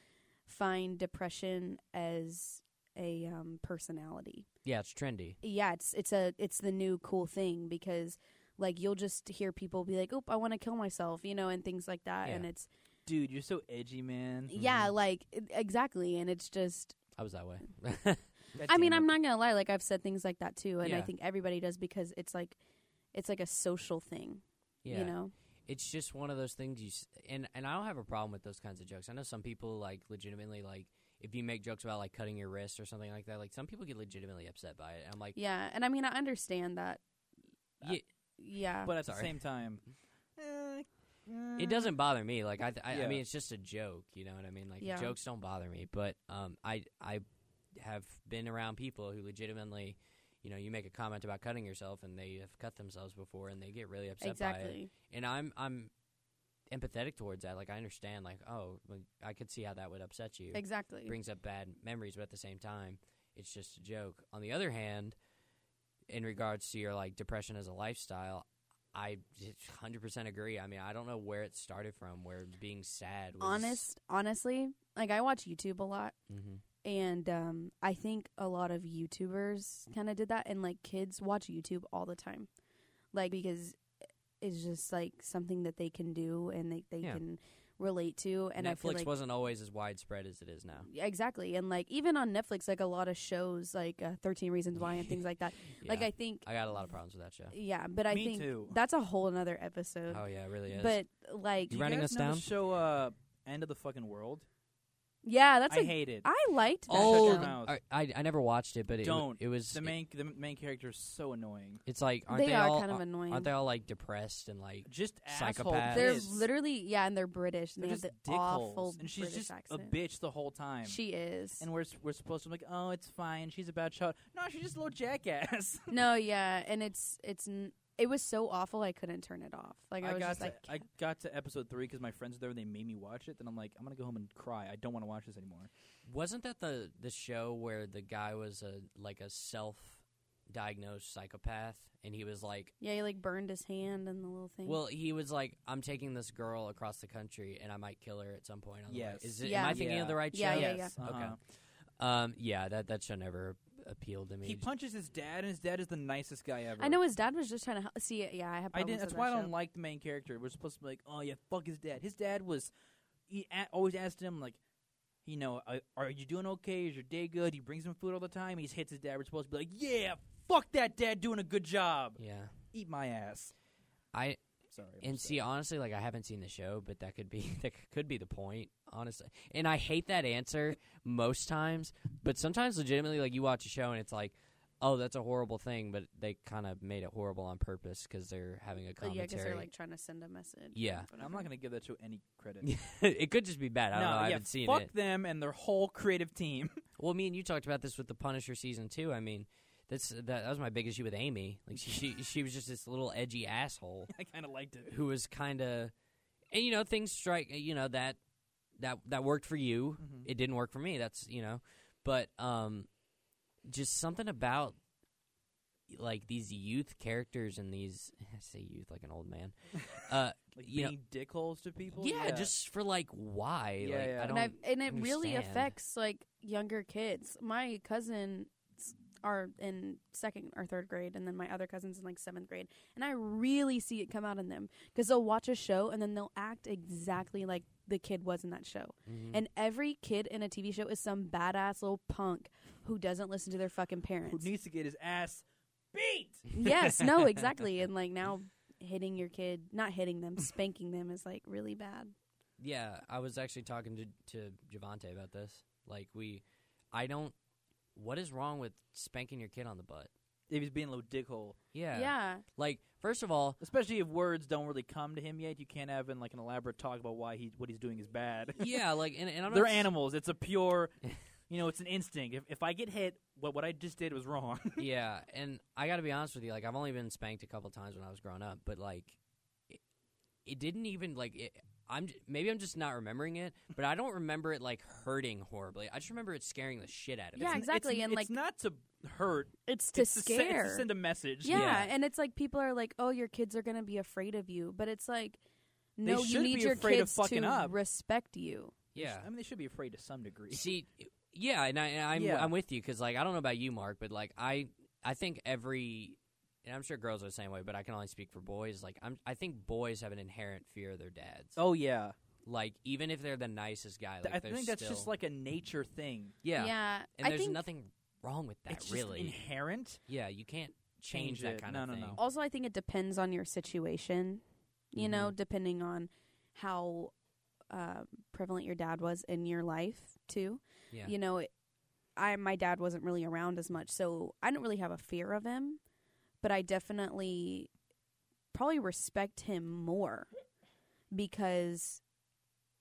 Speaker 4: find depression as a um, personality
Speaker 3: Yeah, it's trendy.
Speaker 4: yeah, it's it's a it's the new cool thing because like you'll just hear people be like, "Oh, I want to kill myself," you know, and things like that. And
Speaker 3: Yeah. Mm-hmm.
Speaker 4: it's
Speaker 1: Dude, you're so edgy, man.
Speaker 4: yeah, like e- exactly. And it's just,
Speaker 3: I was that way.
Speaker 1: God
Speaker 4: I mean,
Speaker 1: damn
Speaker 4: I'm
Speaker 1: it.
Speaker 4: not gonna lie, like I've said things like that too, and I
Speaker 3: Yeah.
Speaker 4: think everybody does because it's like it's like a social thing,
Speaker 3: yeah,
Speaker 4: you know.
Speaker 3: it's just one of those things you s- and and I don't have a problem with those kinds of jokes. I know some people like legitimately like if you make jokes about like cutting your wrist or something like that, like some people get legitimately upset by it. And I'm like,
Speaker 4: Yeah, and I mean, I understand that.
Speaker 3: yeah,
Speaker 4: Yeah,
Speaker 1: But at the
Speaker 3: Sorry.
Speaker 1: same time, eh,
Speaker 3: it doesn't bother me. Like I, th- I,
Speaker 1: Yeah.
Speaker 3: I mean, it's just a joke. You know what I mean? Like
Speaker 4: Yeah.
Speaker 3: jokes don't bother me, but um, I, I have been around people who legitimately, you know, you make a comment about cutting yourself, and they have cut themselves before, and they get really upset by it.
Speaker 4: exactly.
Speaker 3: And I'm, I'm empathetic towards that. Like I understand. Like oh, like, I could see how that would upset you
Speaker 4: Exactly.
Speaker 3: brings up bad memories, but at the same time, it's just a joke. On the other hand, in regards to your like depression as a lifestyle, I hundred percent agree. I mean, I don't know where it started from, where being sad. Was,
Speaker 4: Honest, honestly, like I watch YouTube a lot,
Speaker 3: Mhm.
Speaker 4: and um, I think a lot of YouTubers kind of did that, and like kids watch YouTube all the time, like because it's just like something that they can do and they they
Speaker 3: Yeah.
Speaker 4: can relate to, and I feel
Speaker 3: Netflix
Speaker 4: like
Speaker 3: wasn't always as widespread as it is now.
Speaker 4: Yeah, exactly, and like even on Netflix, like a lot of shows like uh, Thirteen Reasons Why and things like that. Like
Speaker 3: Yeah.
Speaker 4: I think,
Speaker 3: I got a lot of problems with that show.
Speaker 4: yeah, but I
Speaker 1: Me
Speaker 4: think
Speaker 1: too.
Speaker 4: that's a whole another episode.
Speaker 3: Oh yeah, it really is.
Speaker 4: but like,
Speaker 1: Do
Speaker 3: You running
Speaker 1: guys
Speaker 3: us
Speaker 1: know the
Speaker 3: down?
Speaker 1: show uh, End of the Fucking World.
Speaker 4: yeah, that's
Speaker 1: I
Speaker 4: a-
Speaker 1: hate it.
Speaker 4: I liked that
Speaker 1: Oh,
Speaker 3: old.
Speaker 1: Shut your
Speaker 4: show.
Speaker 1: mouth.
Speaker 3: I, I I never watched it, but it, w-
Speaker 1: Don't.
Speaker 3: it was
Speaker 1: the main the main character is so annoying.
Speaker 3: it's like aren't
Speaker 4: They,
Speaker 3: they,
Speaker 4: are
Speaker 3: all
Speaker 4: kind of annoying.
Speaker 3: aren't they all like depressed and like
Speaker 1: Just asshole
Speaker 3: Psychopaths.
Speaker 4: They're
Speaker 1: kids.
Speaker 4: literally yeah, and they're British. And
Speaker 1: They're
Speaker 4: they
Speaker 1: just
Speaker 4: have the awful
Speaker 1: dickholes, and she's
Speaker 4: British
Speaker 1: just
Speaker 4: accent.
Speaker 1: a bitch the whole time.
Speaker 4: She is.
Speaker 1: and we're s- we're supposed to be like, oh, it's fine. She's a bad child. No, she's just a little jackass.
Speaker 4: no, yeah, and it's it's n- it was so awful I couldn't turn it off. Like I,
Speaker 1: I
Speaker 4: was
Speaker 1: got
Speaker 4: just
Speaker 1: to,
Speaker 4: like,
Speaker 1: I got to episode three because my friends were there and they made me watch it. Then I'm like, I'm gonna go home and cry. I don't want to watch this anymore.
Speaker 3: Wasn't that the the show where the guy was a like a self diagnosed psychopath and he was like
Speaker 4: yeah, he like burned his hand and the little thing.
Speaker 3: well he was like I'm taking this girl across the country and I might kill her at some point on
Speaker 1: Yes.
Speaker 3: the way. Is it, am
Speaker 4: Yeah.
Speaker 3: I thinking of the
Speaker 1: Yeah.
Speaker 3: right
Speaker 4: Yeah,
Speaker 3: show?
Speaker 4: yeah,
Speaker 1: yes.
Speaker 3: yeah.
Speaker 1: uh-huh.
Speaker 3: Um yeah, that that show never appealed to me.
Speaker 1: He punches his dad, and his dad is the nicest guy ever.
Speaker 4: I know his dad was just trying to help. see. Yeah, I have.
Speaker 1: I
Speaker 4: Problems
Speaker 1: didn't. That's
Speaker 4: with
Speaker 1: why I
Speaker 4: that
Speaker 1: don't like the main character. We're supposed to be like, oh yeah, fuck his dad. His dad was. He a- always asked him like, you know, "Are- are you doing okay? Is your day good? He brings him food all the time. He hits his dad. We're supposed to be like, yeah, fuck that dad doing a good job.
Speaker 3: yeah.
Speaker 1: Eat my ass.
Speaker 3: I
Speaker 1: Sorry. I'm
Speaker 3: and
Speaker 1: upset.
Speaker 3: see honestly like I haven't seen the show, but that could be that could be the point, honestly. And I hate that answer most times, but sometimes legitimately like you watch a show and it's like Oh, that's a horrible thing, but they kind of made it horrible on purpose because they're having a
Speaker 4: show. But yeah,
Speaker 3: commentary.
Speaker 4: because they're like trying to send a message.
Speaker 3: Yeah.
Speaker 1: I'm not gonna give that show any credit.
Speaker 3: it could just be bad. I don't
Speaker 1: no,
Speaker 3: know. I
Speaker 1: yeah,
Speaker 3: haven't seen
Speaker 1: fuck
Speaker 3: it.
Speaker 1: them and their whole creative team.
Speaker 3: Well, me and you talked about this with the Punisher season two. I mean, that's that, that was my big issue with Amy. Like she she, she was just this little edgy asshole
Speaker 1: I kind of liked it.
Speaker 3: who was kind of, and you know things strike. You know that that that worked for you.
Speaker 2: Mm-hmm.
Speaker 1: Mhm.
Speaker 3: It didn't work for me. That's you know, but um, just something about like these youth characters and these I say youth like an old man. Uh,
Speaker 1: Like
Speaker 3: you know-
Speaker 1: being dickholes to people.
Speaker 3: yeah, just for like why?
Speaker 1: Yeah,
Speaker 3: like,
Speaker 1: yeah.
Speaker 3: I don't
Speaker 4: and I and it really
Speaker 3: understand.
Speaker 4: affects like younger kids. My cousins are in second or third grade, and then my other cousins in like seventh grade, and I really see it come out in them because they'll watch a show and then they'll act exactly like the kid was in that show.
Speaker 3: Mhm.
Speaker 4: And every kid in a TV show is some badass little punk who doesn't listen to their fucking
Speaker 1: who
Speaker 4: parents.
Speaker 1: needs to get his ass beat.
Speaker 4: yes, no, exactly. And like now hitting your kid, not hitting them, spanking them is like really bad.
Speaker 3: Yeah, I was actually talking to to Javante about this. Like we, I don't. What is wrong with spanking your kid on the butt?
Speaker 1: If he's being a little dickhole,
Speaker 3: Yeah,
Speaker 4: yeah.
Speaker 3: Like first of all,
Speaker 1: especially if words don't really come to him yet, you can't have in like an elaborate talk about why he what he's doing is bad.
Speaker 3: yeah, like and, and I'm
Speaker 1: They're
Speaker 3: not, s-
Speaker 1: animals. It's a pure
Speaker 2: You know, it's an instinct. If, if I get hit, what what I just did was wrong.
Speaker 3: yeah, and I got to be honest with you. Like, I've only been spanked a couple times when I was growing up, but like, it, it didn't even like. It, I'm j- maybe I'm just not remembering it, but I don't remember it like hurting horribly. I just remember it scaring the shit out of me.
Speaker 4: Yeah, exactly,
Speaker 2: It's,
Speaker 4: and,
Speaker 2: it's
Speaker 4: like-
Speaker 2: not to hurt.
Speaker 4: It's to
Speaker 2: it's
Speaker 4: scare.
Speaker 2: To, se- it's to send a message.
Speaker 4: yeah,
Speaker 3: Yeah.
Speaker 4: and it's like people are like, "Oh, your kids are gonna be afraid of you," but it's like,
Speaker 2: They
Speaker 4: no, you
Speaker 2: should
Speaker 4: need
Speaker 2: be
Speaker 4: your
Speaker 2: afraid of
Speaker 4: kids
Speaker 2: fucking
Speaker 4: to
Speaker 2: up.
Speaker 4: respect you.
Speaker 3: Yeah,
Speaker 2: I mean, they should be afraid to some degree.
Speaker 3: See, yeah, and, I, and I'm
Speaker 2: Yeah.
Speaker 3: I'm with you because like I don't know about you, Mark, but like I I think every and I'm sure girls are the same way, but I can only speak for boys. Like I'm I think boys have an inherent fear of their dads.
Speaker 2: oh yeah,
Speaker 3: Like even if they're the nicest guy,
Speaker 2: Th-
Speaker 3: like
Speaker 2: I
Speaker 3: they're
Speaker 2: think that's just
Speaker 3: still-
Speaker 2: like a nature thing.
Speaker 3: yeah, and
Speaker 4: I
Speaker 3: there's
Speaker 4: think
Speaker 3: nothing wrong with that
Speaker 2: it's just
Speaker 3: really.
Speaker 2: inherent.
Speaker 3: yeah, you can't change,
Speaker 2: Change
Speaker 3: that
Speaker 2: it.
Speaker 3: kind
Speaker 2: No,
Speaker 3: of
Speaker 2: no,
Speaker 3: thing.
Speaker 2: no.
Speaker 4: also I think it depends on your situation. You know,
Speaker 2: Mm-hmm.
Speaker 4: depending on how um, prevalent your dad was in your life too.
Speaker 3: Yeah,
Speaker 4: You know, it, I my dad wasn't really around as much, so I don't really have a fear of him, but I definitely probably respect him more because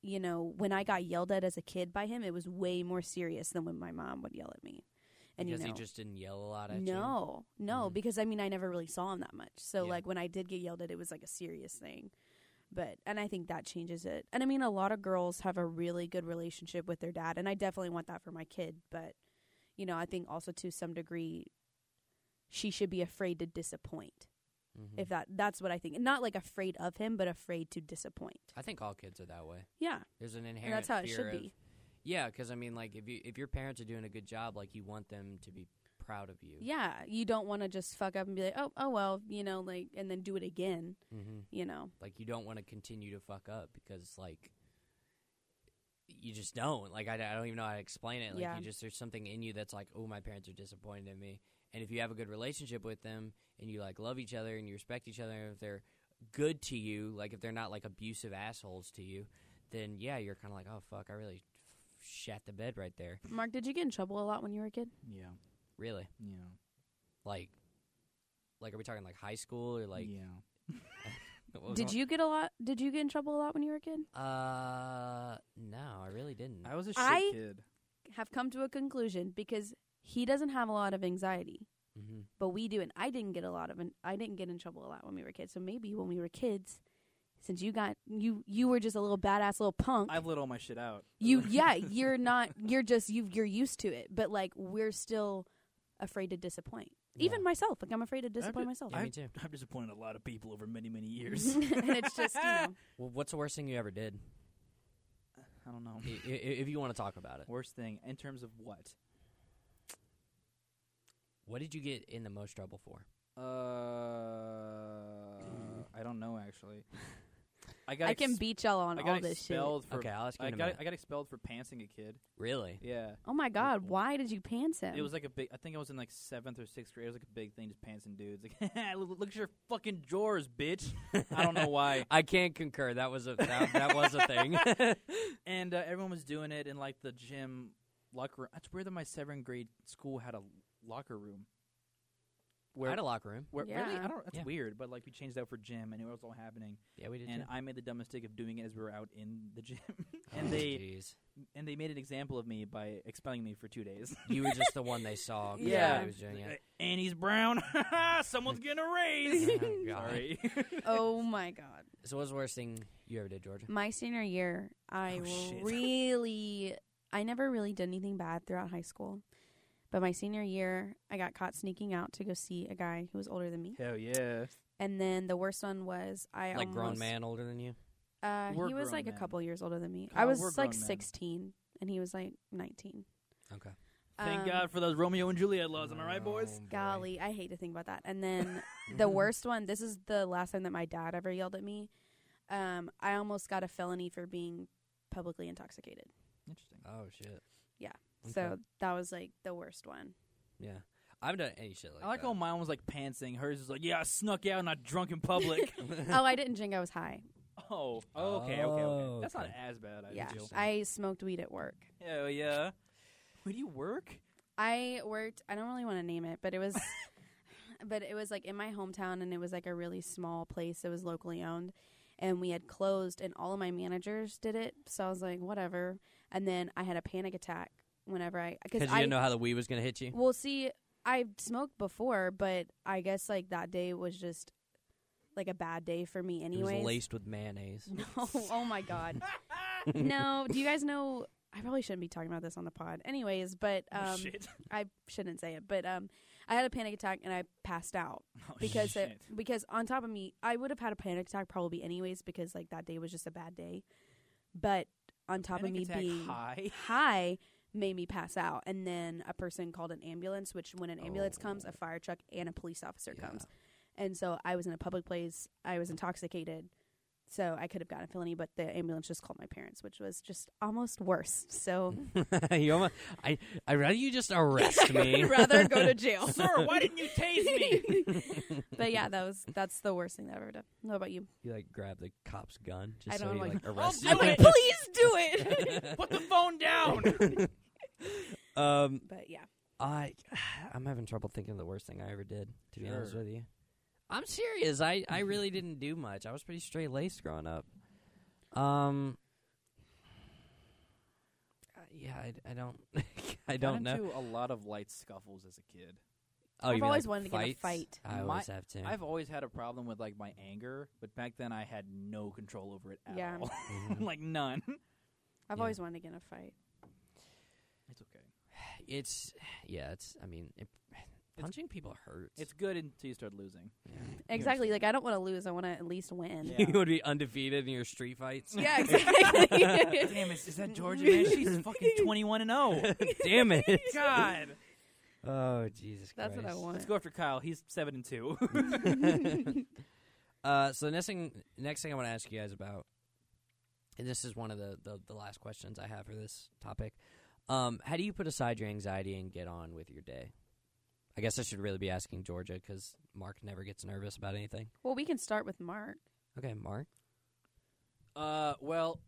Speaker 4: you know, when I got yelled at as a kid by him, it was way more serious than when my mom would yell at me. And
Speaker 3: because
Speaker 4: you know,
Speaker 3: he just didn't yell a lot at you.
Speaker 4: no, no,
Speaker 3: Mhm.
Speaker 4: because I mean, I never really saw him that much. So
Speaker 3: Yeah.
Speaker 4: like when I did get yelled at, it was like a serious thing. But and I think that changes it. And I mean, a lot of girls have a really good relationship with their dad, and I definitely want that for my kid. But you know, I think also to some degree, she should be afraid to disappoint.
Speaker 2: Mm-hmm.
Speaker 3: Mhm.
Speaker 4: If that that's what I think, not like afraid of him, but afraid to disappoint.
Speaker 3: I think all kids are that way.
Speaker 4: Yeah,
Speaker 3: There's an
Speaker 4: and
Speaker 3: inherent.
Speaker 4: that's how it
Speaker 3: fear
Speaker 4: should
Speaker 3: of-
Speaker 4: be.
Speaker 3: Yeah, because I mean, like if you if your parents are doing a good job, like you want them to be proud of you.
Speaker 4: Yeah, you don't want to just fuck up and be like, oh, oh well, you know, like, and then do it again.
Speaker 3: Mm-hmm.
Speaker 4: You know,
Speaker 3: Like you don't want to continue to fuck up because like you just don't. Like I, I don't even know how to explain it. Like
Speaker 4: Yeah.
Speaker 3: you just there's something in you that's like, oh, my parents are disappointed in me. And if you have a good relationship with them and you like love each other and you respect each other, and if they're good to you, like if they're not like abusive assholes to you, then yeah, you're kind of like, oh fuck, I really f- shat the bed right there.
Speaker 4: Mark, did you get in trouble a lot when you were a kid?
Speaker 2: Yeah,
Speaker 3: Really,
Speaker 2: yeah,
Speaker 3: like, like are we talking like high school or like?
Speaker 2: yeah.
Speaker 3: what was
Speaker 4: Did
Speaker 3: going-
Speaker 4: you get a lot? Did you get in trouble a lot when you were a kid?
Speaker 3: Uh, no, I really didn't.
Speaker 2: I was a shit
Speaker 4: I-
Speaker 2: kid.
Speaker 4: Have come to a conclusion because he doesn't have a lot of anxiety,
Speaker 3: mm-hmm.
Speaker 4: but we do, and I didn't get a lot of. An, I didn't get in trouble a lot when we were kids. So maybe when we were kids, since you got you you were just a little badass little punk.
Speaker 2: I've let all my shit out.
Speaker 4: you yeah, you're not. You're just you you're used to it, but like we're still afraid to disappoint. Even myself, like I'm afraid to disappoint
Speaker 2: ju-
Speaker 4: myself.
Speaker 3: Yeah, me too.
Speaker 2: I've disappointed a lot of people over many, many years.
Speaker 4: and it's just you know
Speaker 3: Well, what's the worst thing you ever did?
Speaker 2: I don't know.
Speaker 3: I- i- if you want to talk about it,
Speaker 2: Worst thing in terms of what?
Speaker 3: what did you get in the most trouble for?
Speaker 2: Uh, I don't know actually. I got
Speaker 4: I can
Speaker 2: ex-
Speaker 4: beat y'all on
Speaker 2: I got
Speaker 4: all this shit.
Speaker 2: expelled for.
Speaker 3: Okay, I'll ask you
Speaker 2: I
Speaker 3: in a
Speaker 2: got
Speaker 3: minute.
Speaker 2: I got expelled for pantsing a kid.
Speaker 3: Really?
Speaker 2: Yeah,
Speaker 4: Oh my god, why did you pants him?
Speaker 2: it was like a big. I think I was in like seventh or sixth grade. It was like a big thing, just pantsing dudes. Like, look look at your fucking drawers, bitch. I don't know why.
Speaker 3: I can't concur. That was a that, that was a thing.
Speaker 2: And uh, everyone was doing it in like the gym locker room. That's weird that my seventh grade school had a locker room.
Speaker 3: I
Speaker 2: Where
Speaker 3: had a locker room.
Speaker 2: where- really?
Speaker 4: Yeah.
Speaker 2: I don't. That's
Speaker 3: Yeah.
Speaker 2: weird. But like we changed out for gym, and it was all happening.
Speaker 3: Yeah, we did.
Speaker 2: and
Speaker 3: too.
Speaker 2: I made the dumb mistake of doing it as we were out in the gym, and
Speaker 3: Oh,
Speaker 2: they
Speaker 3: jeez.
Speaker 2: and they made an example of me by expelling me for two days.
Speaker 3: you were just the one they saw. 'cause
Speaker 2: Yeah.
Speaker 3: everybody was doing it.
Speaker 2: and he's brown. Someone's getting a raise.
Speaker 3: Oh, God.
Speaker 2: Sorry.
Speaker 4: oh my god.
Speaker 3: So, what's the worst thing you ever did, Georgia?
Speaker 4: My senior year, I
Speaker 2: Oh, shit.
Speaker 4: really, I never really did anything bad throughout high school. But my senior year, I got caught sneaking out to go see a guy who was older than me.
Speaker 2: Hell yeah.
Speaker 4: And then the worst one was I
Speaker 3: Like grown
Speaker 4: almost-
Speaker 3: man, older than you.
Speaker 4: Uh,
Speaker 2: We're
Speaker 4: he was
Speaker 2: grown
Speaker 4: like
Speaker 2: men.
Speaker 4: a couple years older than me.
Speaker 2: Oh,
Speaker 4: I was
Speaker 2: we're
Speaker 4: like
Speaker 2: grown men.
Speaker 4: 16, and he was like 19.
Speaker 3: Okay.
Speaker 2: Thank
Speaker 4: Um,
Speaker 2: God for those Romeo and Juliet laws. Am I right,
Speaker 3: Oh,
Speaker 2: boys?
Speaker 3: boy.
Speaker 4: Golly, I hate to think about that. And then the worst one, this is the last time that my dad ever yelled at me. Um, I almost got a felony for being publicly intoxicated.
Speaker 2: Interesting.
Speaker 3: Oh shit.
Speaker 4: Yeah.
Speaker 3: Okay.
Speaker 4: So that was like the worst one.
Speaker 3: yeah, I've done any shit like
Speaker 2: I like
Speaker 3: that.
Speaker 2: how mine was like pantsing. Hers is like, yeah, I snuck out and I drunk in public.
Speaker 4: oh, I didn't drink. I was high.
Speaker 2: oh, okay, okay, okay.
Speaker 3: Oh,
Speaker 2: That's not
Speaker 3: okay.
Speaker 2: as bad. I
Speaker 4: yeah.
Speaker 2: feel.
Speaker 4: I smoked weed at work.
Speaker 2: Hell yeah. Where do you work?
Speaker 4: I worked, I don't really want to name it, but it was. But it was like in my hometown, and it was like a really small place. It was locally owned, and we had closed, and all of my managers did it. So I was like, whatever. And then I had a panic attack whenever I because
Speaker 3: because you
Speaker 4: I
Speaker 3: didn't know how the weed was going to hit you.
Speaker 4: well see I've smoked before, but I guess like that day was just like a bad day for me.
Speaker 3: It was
Speaker 4: Anyways,
Speaker 3: laced with mayonnaise.
Speaker 4: No, oh my god. no, do you guys know? I probably shouldn't be talking about this on the pod, anyways. But
Speaker 2: Oh,
Speaker 4: um,
Speaker 2: shit.
Speaker 4: I shouldn't say it. But um, I had a panic attack and I passed out
Speaker 2: Oh,
Speaker 4: because
Speaker 2: shit.
Speaker 4: it, because on top of me, I would have had a panic attack probably anyways because like that day was just a bad day. But on top
Speaker 2: Panic
Speaker 4: of me
Speaker 2: attack
Speaker 4: being
Speaker 2: high.
Speaker 4: high made me pass out, and then a person called an ambulance. Which when an ambulance
Speaker 2: Oh.
Speaker 4: comes, a fire truck and a police officer
Speaker 3: Yeah.
Speaker 4: comes, and so I was in a public place. I was intoxicated. So I could have gotten a felony, but the ambulance just called my parents, which was just almost worse. So
Speaker 3: you almost, I I rather you just arrest me.
Speaker 4: I'd rather go to jail.
Speaker 2: Sir, why didn't you tase me?
Speaker 4: but yeah, that was that's the worst thing that I've ever done. What about you?
Speaker 3: you like grab the cop's gun just
Speaker 4: I
Speaker 3: so
Speaker 4: don't
Speaker 3: you
Speaker 4: like-
Speaker 3: like arrest
Speaker 2: do I'm
Speaker 3: him.
Speaker 2: like,
Speaker 4: please do it.
Speaker 2: Put the phone down.
Speaker 3: um,
Speaker 4: but yeah,
Speaker 3: I I'm having trouble thinking of the worst thing I ever did. To be honest
Speaker 2: Sure.
Speaker 3: with you, I'm serious. I I really didn't do much. I was pretty straight laced growing up. Um. uh, Yeah, I, I don't, I don't know.
Speaker 2: a lot of light scuffles as a kid.
Speaker 3: Oh,
Speaker 4: I've
Speaker 3: you mean,
Speaker 4: always
Speaker 3: like,
Speaker 4: wanted to get in a fight.
Speaker 3: fights? I
Speaker 2: My-
Speaker 3: always have to.
Speaker 2: I've always had a problem with like my anger, but back then I had no control over it at
Speaker 4: Yeah.
Speaker 2: all.
Speaker 3: Mhm.
Speaker 2: like none.
Speaker 4: I've
Speaker 3: Yeah.
Speaker 4: always wanted to get in a fight.
Speaker 2: It's okay.
Speaker 3: It's yeah. It's I mean, it, punching people hurts.
Speaker 2: It's good until you start losing.
Speaker 4: Exactly. Like I don't want to lose. I want to at least win.
Speaker 2: Yeah.
Speaker 3: you would be undefeated in your street fights.
Speaker 4: Yeah, exactly.
Speaker 2: Damn, is, is that Georgia man? She's fucking twenty-one and zero.
Speaker 3: Damn it!
Speaker 2: God,
Speaker 3: Oh Jesus
Speaker 4: that's what I want.
Speaker 2: let's go after Kyle. He's seven and two.
Speaker 3: uh, so the next thing, next thing I want to ask you guys about, and this is one of the, the the last questions I have for this topic. Um, how do you put aside your anxiety and get on with your day? I guess I should really be asking Georgia because Mark never gets nervous about anything.
Speaker 4: Well, we can start with Mark.
Speaker 3: Okay, Mark.
Speaker 2: Uh, well,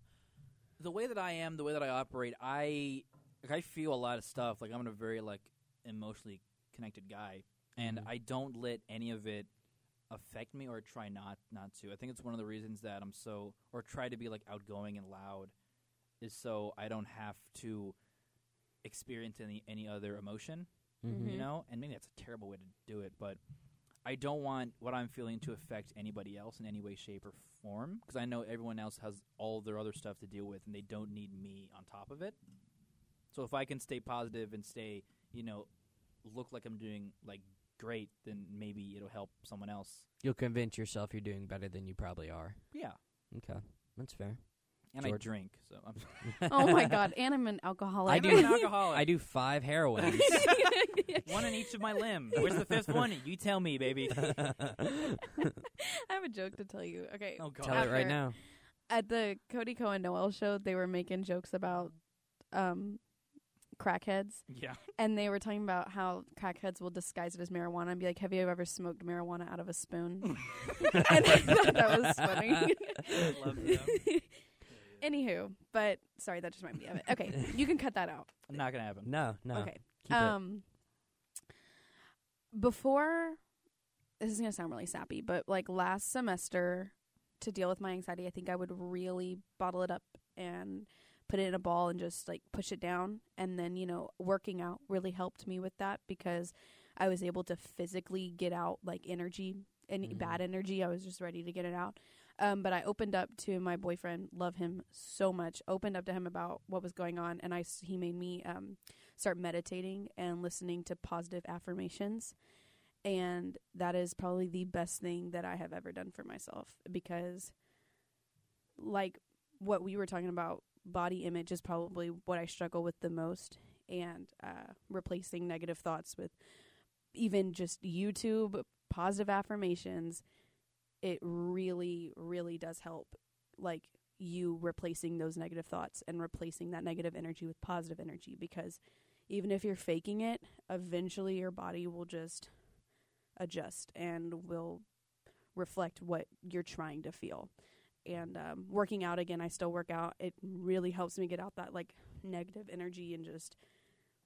Speaker 2: the way that I am, the way that I operate, I like I feel a lot of stuff. Like I'm a very like emotionally connected guy, and
Speaker 3: Mhm.
Speaker 2: I don't let any of it affect me or try not not to. I think it's one of the reasons that I'm so or try to be like outgoing and loud is so I don't have to experience any any other emotion Mm-hmm. you
Speaker 3: Mm-hmm.
Speaker 4: Mhm.
Speaker 2: know and maybe that's a terrible way to do it but i don't want what i'm feeling to affect anybody else in any way shape or form because i know everyone else has all their other stuff to deal with and they don't need me on top of it so if i can stay positive and stay you know look like i'm doing like great then maybe it'll help someone else
Speaker 3: You'll convince yourself you're doing better than you probably are.
Speaker 2: yeah
Speaker 3: Okay, that's fair.
Speaker 2: and i
Speaker 3: George.
Speaker 2: drink so i'm
Speaker 4: Oh my God, and I'm an alcoholic.
Speaker 3: I
Speaker 2: I
Speaker 3: do-
Speaker 2: do an alcoholic
Speaker 3: I do five heroines.
Speaker 2: one in each of my limb where's the fifth one you tell me baby
Speaker 4: I have a joke to tell you. Okay,
Speaker 2: oh god
Speaker 3: Tell it right
Speaker 4: After-
Speaker 3: now.
Speaker 4: at the Cody Cohen Noel show, they were making jokes about um crackheads,
Speaker 2: yeah
Speaker 4: and they were talking about how crackheads will disguise it as marijuana and be like, "Have you ever smoked marijuana out of a spoon?" and I thought that was funny.
Speaker 2: I love them.
Speaker 4: Anywho, but sorry, that just reminded me of it. Okay, you can cut that out.
Speaker 2: not gonna happen
Speaker 3: No, no.
Speaker 4: Okay.
Speaker 3: Keep it.
Speaker 4: um before this is going to sound really sappy but like last semester to deal with my anxiety i think i would really bottle it up and put it in a ball and just like push it down and then you know working out really helped me with that because i was able to physically get out like energy any
Speaker 3: Mhm.
Speaker 4: bad energy i was just ready to get it out um, but I opened up to my boyfriend, love him so much. Opened up to him about what was going on, and I s- he made me um, start meditating and listening to positive affirmations, and that is probably the best thing that I have ever done for myself because, like what we were talking about, body image is probably what I struggle with the most, and uh, replacing negative thoughts with even just YouTube positive affirmations it really really does help like you replacing those negative thoughts and replacing that negative energy with positive energy because even if you're faking it eventually your body will just adjust and will reflect what you're trying to feel and um, working out again i still work out it really helps me get out that like negative energy and just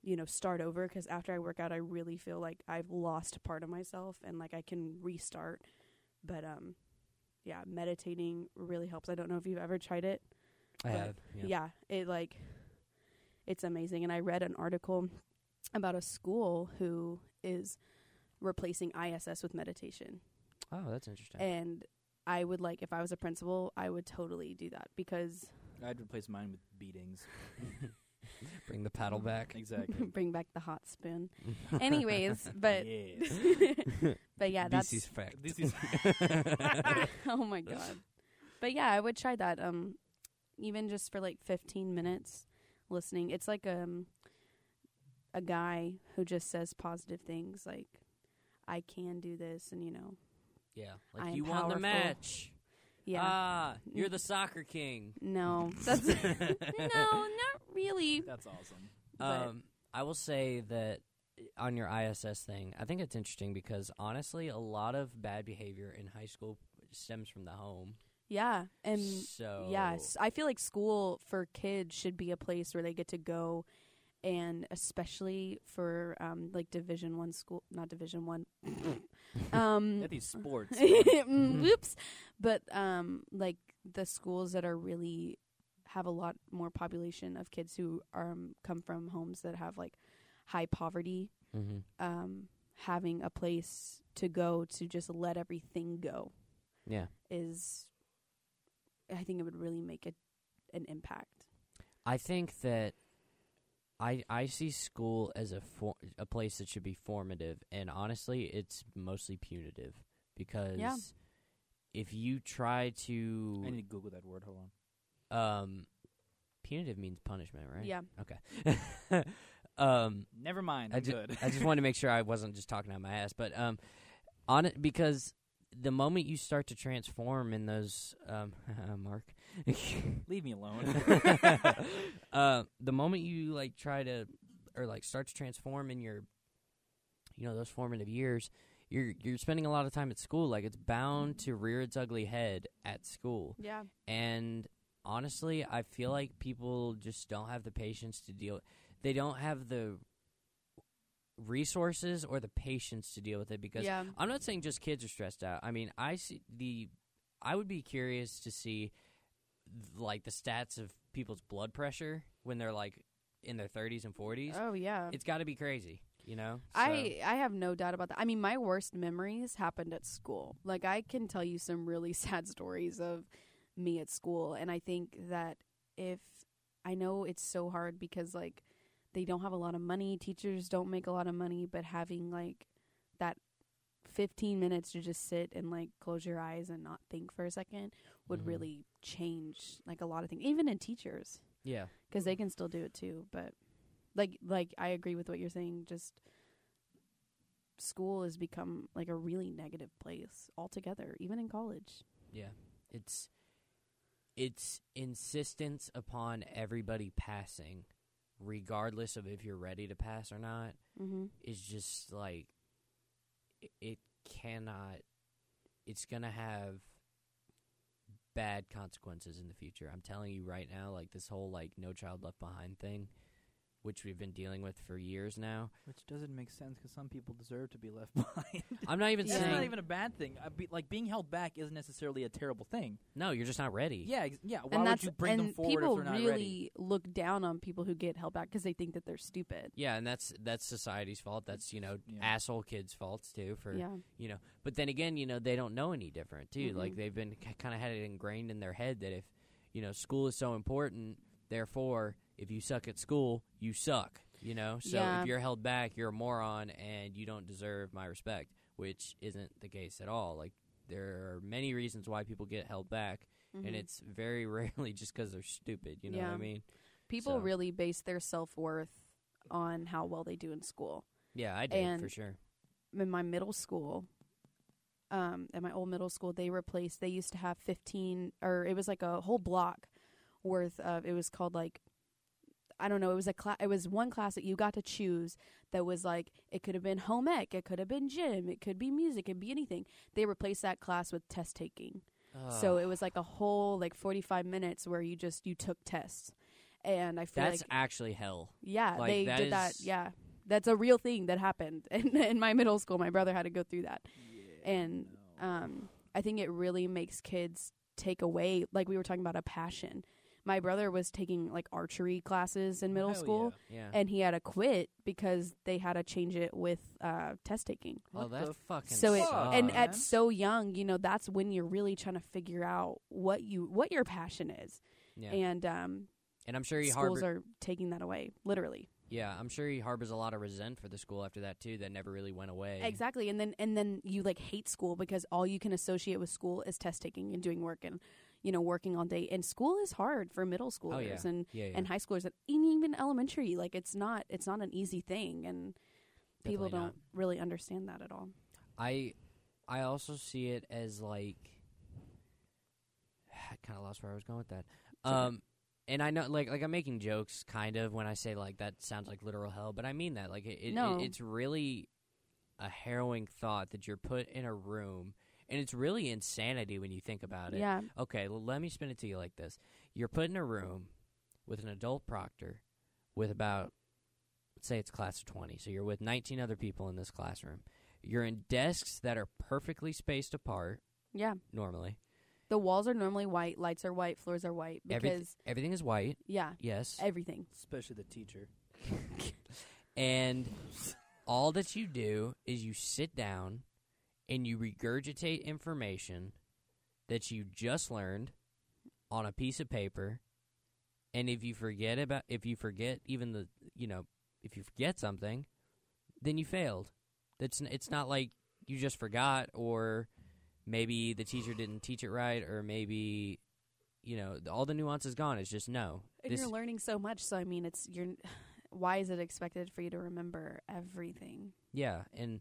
Speaker 4: you know start over because after i work out i really feel like i've lost part of myself and like i can restart but um yeah meditating really helps i don't know if you've ever tried it
Speaker 3: I
Speaker 4: but-
Speaker 3: have.
Speaker 4: yeah, it like It's amazing. And I read an article about a school who is replacing ISS with meditation.
Speaker 3: Oh, that's interesting.
Speaker 4: And I would like, if I was a principal, I would totally do that because
Speaker 1: I'd replace mine with beatings.
Speaker 3: Bring the
Speaker 4: mm.
Speaker 3: paddle back.
Speaker 1: Exactly.
Speaker 4: bring back the hot spoon. Anyways, but
Speaker 1: Yes.
Speaker 4: but yeah, that's
Speaker 3: BC's fact.
Speaker 1: This is
Speaker 4: oh my god. But yeah, I would try that. Um, even just for like 15 minutes listening. It's like um a guy who just says positive things like I can do this and you know.
Speaker 3: yeah,
Speaker 4: I
Speaker 3: like
Speaker 4: am
Speaker 3: you won the
Speaker 4: powerful.
Speaker 3: match.
Speaker 4: Yeah.
Speaker 1: Uh,
Speaker 3: Ah, you're the soccer king.
Speaker 4: no. That's No, not really.
Speaker 1: that's awesome.
Speaker 4: But-
Speaker 3: Um, I will say that on your ISS thing, I think it's interesting because honestly, a lot of bad behavior in high school stems from the home.
Speaker 4: Yeah. And
Speaker 3: so
Speaker 4: Yes, I feel like school for kids should be a place where they get to go, and especially for um, like Division One school, not Division One. um,
Speaker 1: At these sports.
Speaker 4: mm, whoops, but um, like the schools that are really have a lot more population of kids who are, um, come from homes that have like high poverty
Speaker 3: Mm-hmm.
Speaker 4: um, having a place to go to just let everything go.
Speaker 3: Yeah.
Speaker 4: Is I think it would really make a, an impact.
Speaker 3: I think that I I see school as a for, a place that should be formative, and honestly, it's mostly punitive because if you try to
Speaker 1: I need to Google that word. Hold on.
Speaker 3: um, punitive means punishment, right?
Speaker 4: Yeah.
Speaker 3: Okay. um,
Speaker 1: Never mind.
Speaker 3: I
Speaker 1: I'm
Speaker 3: ju-
Speaker 1: good.
Speaker 3: I just wanted to make sure I wasn't just talking out my ass, but um, on it because the moment you start to transform in those um, Mark,
Speaker 1: Leave me alone.
Speaker 3: uh, the moment you like try to or like start to transform in your, you know, those formative years, you're you're spending a lot of time at school. Like it's bound to rear its ugly head at school.
Speaker 4: Yeah.
Speaker 3: And honestly, I feel like people just don't have the patience to deal. They don't have the resources or the patience to deal with it because
Speaker 4: yeah.
Speaker 3: I'm not saying just kids are stressed out. I mean, I see the I would be curious to see th- like the stats of people's blood pressure when they're like in their 30s and 40s.
Speaker 4: Oh yeah.
Speaker 3: It's got to be crazy, you know?
Speaker 4: I I have no doubt about that. I mean, my worst memories happened at school. Like I can tell you some really sad stories of me at school, and I think that if I know it's so hard because like they don't have a lot of money, teachers don't make a lot of money, but having like that 15 minutes to just sit and like close your eyes and not think for a second would
Speaker 3: Mhm.
Speaker 4: really change like a lot of things, even in teachers
Speaker 3: yeah.
Speaker 4: because they can still do it too. But like, like I agree with what you're saying. Just school has become like a really negative place altogether, even in college.
Speaker 3: It's it's insistence upon everybody passing regardless of if you're ready to pass or not
Speaker 4: Mm-hmm.
Speaker 3: is just like i- it cannot it's going to have bad consequences in the future. I'm telling you right now like this whole like no child left behind thing which we've been dealing with for years now.
Speaker 1: Which doesn't make sense because some people deserve to be left behind.
Speaker 3: I'm not even
Speaker 1: It's
Speaker 4: Yeah.
Speaker 3: saying
Speaker 1: not even a bad thing. I be, like being held back isn't necessarily a terrible thing.
Speaker 3: no, you're just not ready.
Speaker 1: Yeah, ex- yeah. Why
Speaker 4: and
Speaker 1: would
Speaker 4: that's
Speaker 1: you bring
Speaker 4: and
Speaker 1: them forward
Speaker 4: people
Speaker 1: if they're not
Speaker 4: really
Speaker 1: ready?
Speaker 4: look down on people who get held back because they think that they're stupid.
Speaker 3: Yeah, and that's that's society's fault. That's, you know,
Speaker 1: Yeah.
Speaker 3: asshole kids' faults too for
Speaker 4: Yeah,
Speaker 3: you know but then again you know they don't know any different too like
Speaker 4: Mhm.
Speaker 3: they've been k- kind of had it ingrained in their head that if you know school is so important therefore if you suck at school you suck you know so
Speaker 4: Yeah.
Speaker 3: if you're held back you're a moron and you don't deserve my respect which isn't the case at all like there are many reasons why people get held back and
Speaker 4: Mhm.
Speaker 3: it's very rarely just because they're stupid you know what i
Speaker 4: Yeah.
Speaker 3: mean
Speaker 4: people
Speaker 3: so-
Speaker 4: really base their self worth on how well they do in school.
Speaker 3: yeah i did for
Speaker 4: And-
Speaker 3: sure
Speaker 4: in my middle school, um, at my old middle school, they replaced. They used to have fifteen, or it was like a whole block worth of. It was called like, I don't know. It was a class. It was one class that you got to choose that was like it could have been home ec, it could have been gym, it could be music, it could be anything. They replaced that class with test taking. So
Speaker 3: Ugh.
Speaker 4: it was like a whole like forty five minutes where you just you took tests, and I feel
Speaker 3: that's
Speaker 4: like
Speaker 3: actually hell
Speaker 4: yeah,
Speaker 3: Like,
Speaker 4: they
Speaker 3: that
Speaker 4: did that.
Speaker 3: is-
Speaker 4: Yeah, that's a real thing that happened in, in my middle school. My brother had to go through that,
Speaker 1: Yeah,
Speaker 4: and
Speaker 1: no.
Speaker 4: um, I think it really makes kids take away, like we were talking about, a passion. my brother was taking like archery classes in middle
Speaker 1: Hell
Speaker 4: school,
Speaker 3: Yeah.
Speaker 4: and he had to quit because they had to change it with uh, test taking.
Speaker 3: oh,
Speaker 1: What
Speaker 3: that
Speaker 1: the
Speaker 3: fucking
Speaker 4: so it
Speaker 1: sucks.
Speaker 4: and
Speaker 1: Aw, man.
Speaker 4: at so young, you know, that's when you're really trying to figure out what you what your passion is,
Speaker 3: yeah.
Speaker 4: and
Speaker 3: and,
Speaker 4: um,
Speaker 3: I'm sure he
Speaker 4: schools are
Speaker 3: harbors.
Speaker 4: taking that away literally.
Speaker 3: yeah, I'm sure he harbors a lot of resent for the school after that too. That never really went away.
Speaker 4: Exactly, and then and then you like hate school because all you can associate with school is test taking and doing work and you know working all day. And school is hard for middle schoolers and
Speaker 3: Oh, Yeah, yeah.
Speaker 4: and high schoolers and even elementary. Like it's not it's not an easy thing, and people
Speaker 3: Definitely
Speaker 4: don't
Speaker 3: not.
Speaker 4: really understand that at all.
Speaker 3: I I also see it as like I kind of lost where I was going with that. Um and I know like like I'm making jokes kind of when I say like that sounds like literal hell, but I mean that like it, it,
Speaker 4: No.
Speaker 3: it it's really a harrowing thought that you're put in a room and it's really insanity when you think about it.
Speaker 4: Yeah,
Speaker 3: Okay, well, let me spin it to you like this. You're put in a room with an adult proctor with about, let's say it's a class of 20. So you're with 19 other people in this classroom. You're in desks that are perfectly spaced apart
Speaker 4: yeah.
Speaker 3: normally.
Speaker 4: The walls are normally white, lights are white, floors are white because
Speaker 3: Everyth- everything is white,
Speaker 4: yeah,
Speaker 3: yes.
Speaker 4: everything.
Speaker 1: especially the teacher.
Speaker 3: and all that you do is you sit down and you regurgitate information that you just learned on a piece of paper and if you forget about if you forget even the you know if you forget something then you failed that's n- it's not like you just forgot or maybe the teacher didn't teach it right or maybe you know th- all the nuance is gone it's just no
Speaker 4: And
Speaker 3: this
Speaker 4: you're learning so much, so I mean, it's you're. Why is it expected for you to remember everything?
Speaker 3: Yeah, and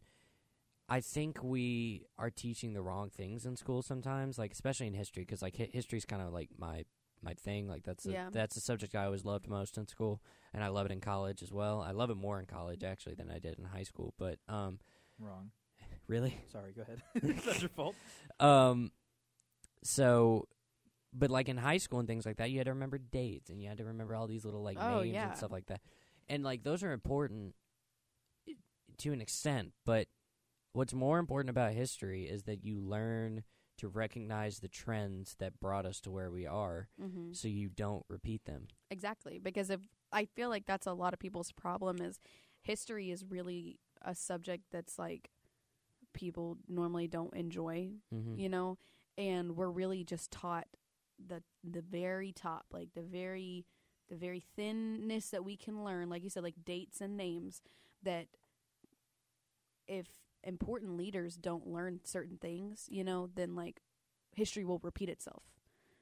Speaker 3: I think we are teaching the wrong things in school sometimes, like especially in history, because like hi- history's kind of like my my thing. Like that's the
Speaker 4: Yeah.
Speaker 3: that's the subject I always loved most in school, and I love it in college as well. I love it more in college actually than I did in high school. But um,
Speaker 1: Wrong.
Speaker 3: really,
Speaker 1: Sorry. Go ahead. it's not your fault.
Speaker 3: um, so. But like in high school and things like that, you had to remember dates and you had to remember all these little like
Speaker 4: Oh,
Speaker 3: names
Speaker 4: yeah.
Speaker 3: and stuff like that, and like those are important i- to an extent. But what's more important about history is that you learn to recognize the trends that brought us to where we are,
Speaker 4: Mm-hmm.
Speaker 3: so you don't repeat them.
Speaker 4: Exactly, because if I feel like that's a lot of people's problem is history is really a subject that's like people normally don't enjoy,
Speaker 3: Mm-hmm.
Speaker 4: you know, and we're really just taught the the very top, like the very the very thinness that we can learn, like you said, like dates and names that if important leaders don't learn certain things, you know, then like history will repeat itself.